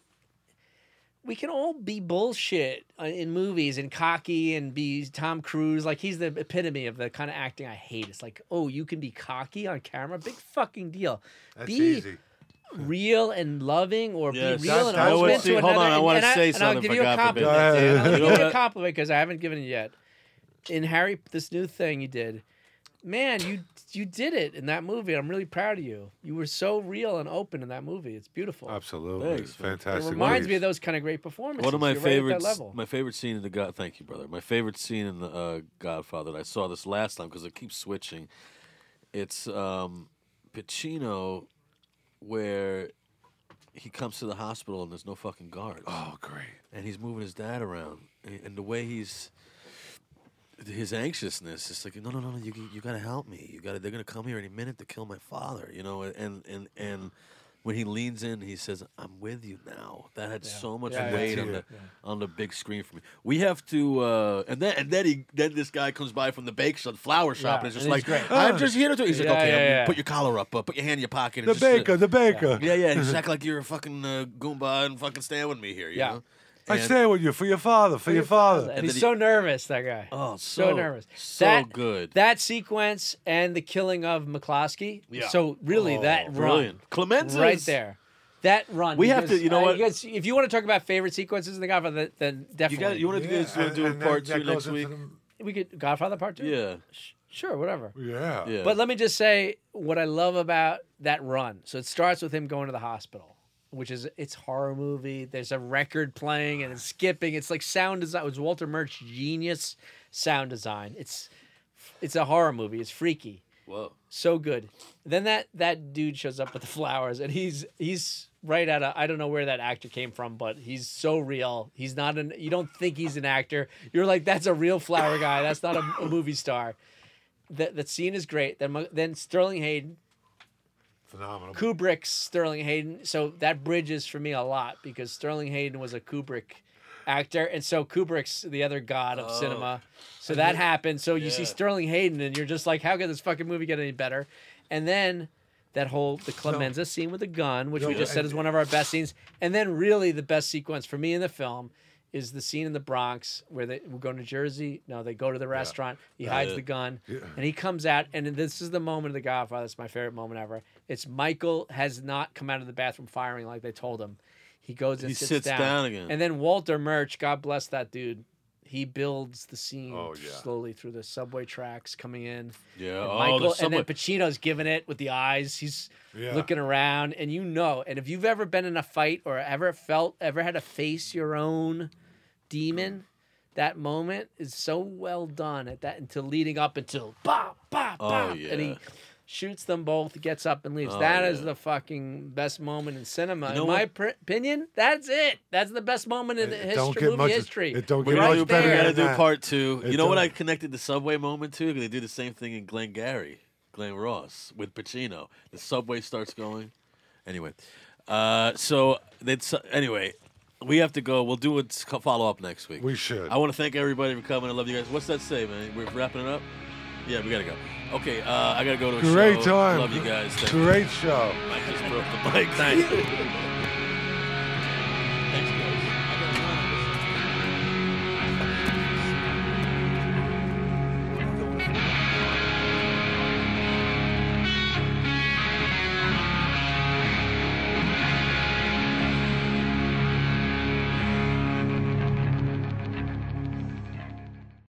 S6: we can all be bullshit uh, in movies and cocky and be Tom Cruise. Like he's the epitome of the kind of acting I hate. It's like, oh, you can be cocky on camera, big fucking deal.
S3: That's
S6: be
S3: easy.
S6: real and loving, or
S4: Yes,
S6: be real and
S4: that's- I would
S6: open
S4: see-
S6: to
S4: hold
S6: another.
S4: on, I
S6: and-
S4: wanna
S6: and
S4: say
S6: and I'll
S4: something
S6: give
S4: for
S6: you a
S4: God forbid.
S6: compliment. Dan. I'm
S4: You
S6: gonna
S4: know
S6: give you a
S4: what?
S6: compliment because I haven't given it yet. In Harry, this new thing you did, man, you you did it in that movie. I'm really proud of you. You were so real and open in that movie. It's beautiful.
S3: Absolutely.
S4: Thanks, man.
S6: It
S3: Fantastic.
S6: reminds
S3: movies.
S6: me of those kind of great performances.
S4: One of my
S6: You're right at that
S4: favorites.
S6: level.
S4: My favorite scene in the God. Thank you, brother. My favorite scene in the uh, Godfather. That I saw this last time because it keeps switching. It's um, Pacino, where he comes to the hospital and there's no fucking guards.
S3: Oh, great.
S4: And he's moving his dad around, and, and the way he's his anxiousness it's like no no no no you, you gotta help me you gotta they're gonna come here any minute to kill my father you know and and and when he leans in he says i'm with you now that had so much
S19: Yeah, yeah,
S4: weight
S19: yeah.
S4: on the
S19: Yeah.
S4: on the big screen for me we have to uh and then and then he then this guy comes by from the bake shop flower shop
S19: Yeah,
S4: and it's
S19: and
S4: just
S19: he's
S4: like
S19: great.
S4: i'm just here to do he's
S19: Yeah,
S4: like okay
S19: yeah,
S4: I'm-
S19: yeah.
S4: put your collar up uh, put your hand in your pocket and
S3: The
S4: just, uh,
S3: baker, the baker.
S19: <laughs>
S4: yeah yeah and just act like you're a fucking uh, goomba and fucking stand with me here you
S6: Yeah.
S4: know
S3: I
S4: And-
S3: stand with you for your father, for, your father.
S6: And he's so nervous, that guy.
S4: Oh,
S6: so,
S4: so-
S6: nervous.
S4: so
S6: that,
S4: good.
S6: That sequence and the killing of McCloskey.
S4: Yeah.
S6: So really,
S4: Oh,
S6: that run,
S4: brilliant. Clemenzis.
S6: right there. That run.
S4: We have to- you know
S6: uh,
S4: what?
S6: guys- if you want to talk about favorite sequences in The Godfather, then- then
S4: You
S6: definitely.
S4: got. You want to
S3: Yeah,
S4: do, do
S3: and- and
S4: part
S3: that-
S4: two
S3: that
S4: next
S3: goes
S4: week?
S3: into
S6: we could Godfather Part Two.
S4: Yeah.
S6: Sure, whatever.
S3: Yeah.
S4: Yeah.
S6: But let me just say what I love about that run. So it starts with him going to the hospital, which is it's a horror movie. There's a record playing and it's skipping. It's like sound design. It was Walter Murch's genius sound design. It's it's a horror movie. It's freaky.
S4: Whoa.
S6: So good. Then that that dude shows up with the flowers and he's he's right out of I don't know where that actor came from, but he's so real. He's not an you don't think he's an actor. You're like that's a real flower guy. That's not a, a movie star. That that scene is great. Then Mo- then Sterling Hayden
S3: Phenomenal.
S6: Kubrick's Sterling Hayden. So that bridges for me a lot because Sterling Hayden was a Kubrick actor, and so Kubrick's the other god of
S4: Oh.
S6: cinema. So
S4: And
S6: that
S4: <laughs> then-
S6: happened. So you see
S4: yeah.
S6: Sterling Hayden, and you're just like, how could this fucking movie get any better? And then that whole the Clemenza scene with the gun, which
S4: No,
S6: we just said
S4: and-
S6: is one of our best scenes, and then really the best sequence for me in the film. Is the scene in the Bronx where they we're going to Jersey? No, they go to the restaurant. He
S4: Yeah.
S6: hides the gun, and he comes out, and this is the moment of The Godfather. It's my favorite moment ever. It's Michael has not come out of the bathroom firing like they told him. He goes and
S4: He
S6: sits,
S4: sits down again.
S6: And then Walter Murch, God bless that dude. He builds the scene
S4: Oh, yeah.
S6: slowly through the subway tracks coming in.
S4: Yeah,
S6: And
S4: oh, the
S6: Michael, and
S4: subway-
S6: then Pacino's giving it with the eyes. He's
S4: Yeah.
S6: looking around, and you know. And if you've ever been in a fight or ever felt, ever had to face your own demon, that moment is so well done at that until leading up until bop bop
S4: Oh,
S6: bop, and
S4: yeah.
S6: he shoots them both, gets up and leaves.
S4: Oh,
S6: That is
S4: yeah.
S6: the fucking best moment in cinema.
S4: You know
S6: in my
S4: what?
S6: pr- opinion, that's it. That's the best moment in history,
S3: don't get
S6: movie
S3: much-
S6: history.
S3: it don't
S6: We're
S4: We're
S3: get
S4: gonna
S3: much
S4: do,
S6: right there.
S3: better
S4: we gotta
S3: than
S4: do
S3: that.
S4: part two.
S3: It
S4: you know what
S3: don't-
S4: I connected the subway moment to? They do the same thing in Glengarry, Glen Ross with Pacino. The subway starts going. Anyway, uh, so that's anyway. We have to go. We'll do a follow up next week.
S3: We should.
S4: I want to thank everybody for coming. I love you guys. What's that say, man? We're wrapping it up. Yeah, we gotta go. Okay, uh, I gotta go to a
S3: Great
S4: show.
S3: time.
S4: Love you guys. Thank you.
S3: Great show. <laughs>
S4: I just broke the mic. Thank you.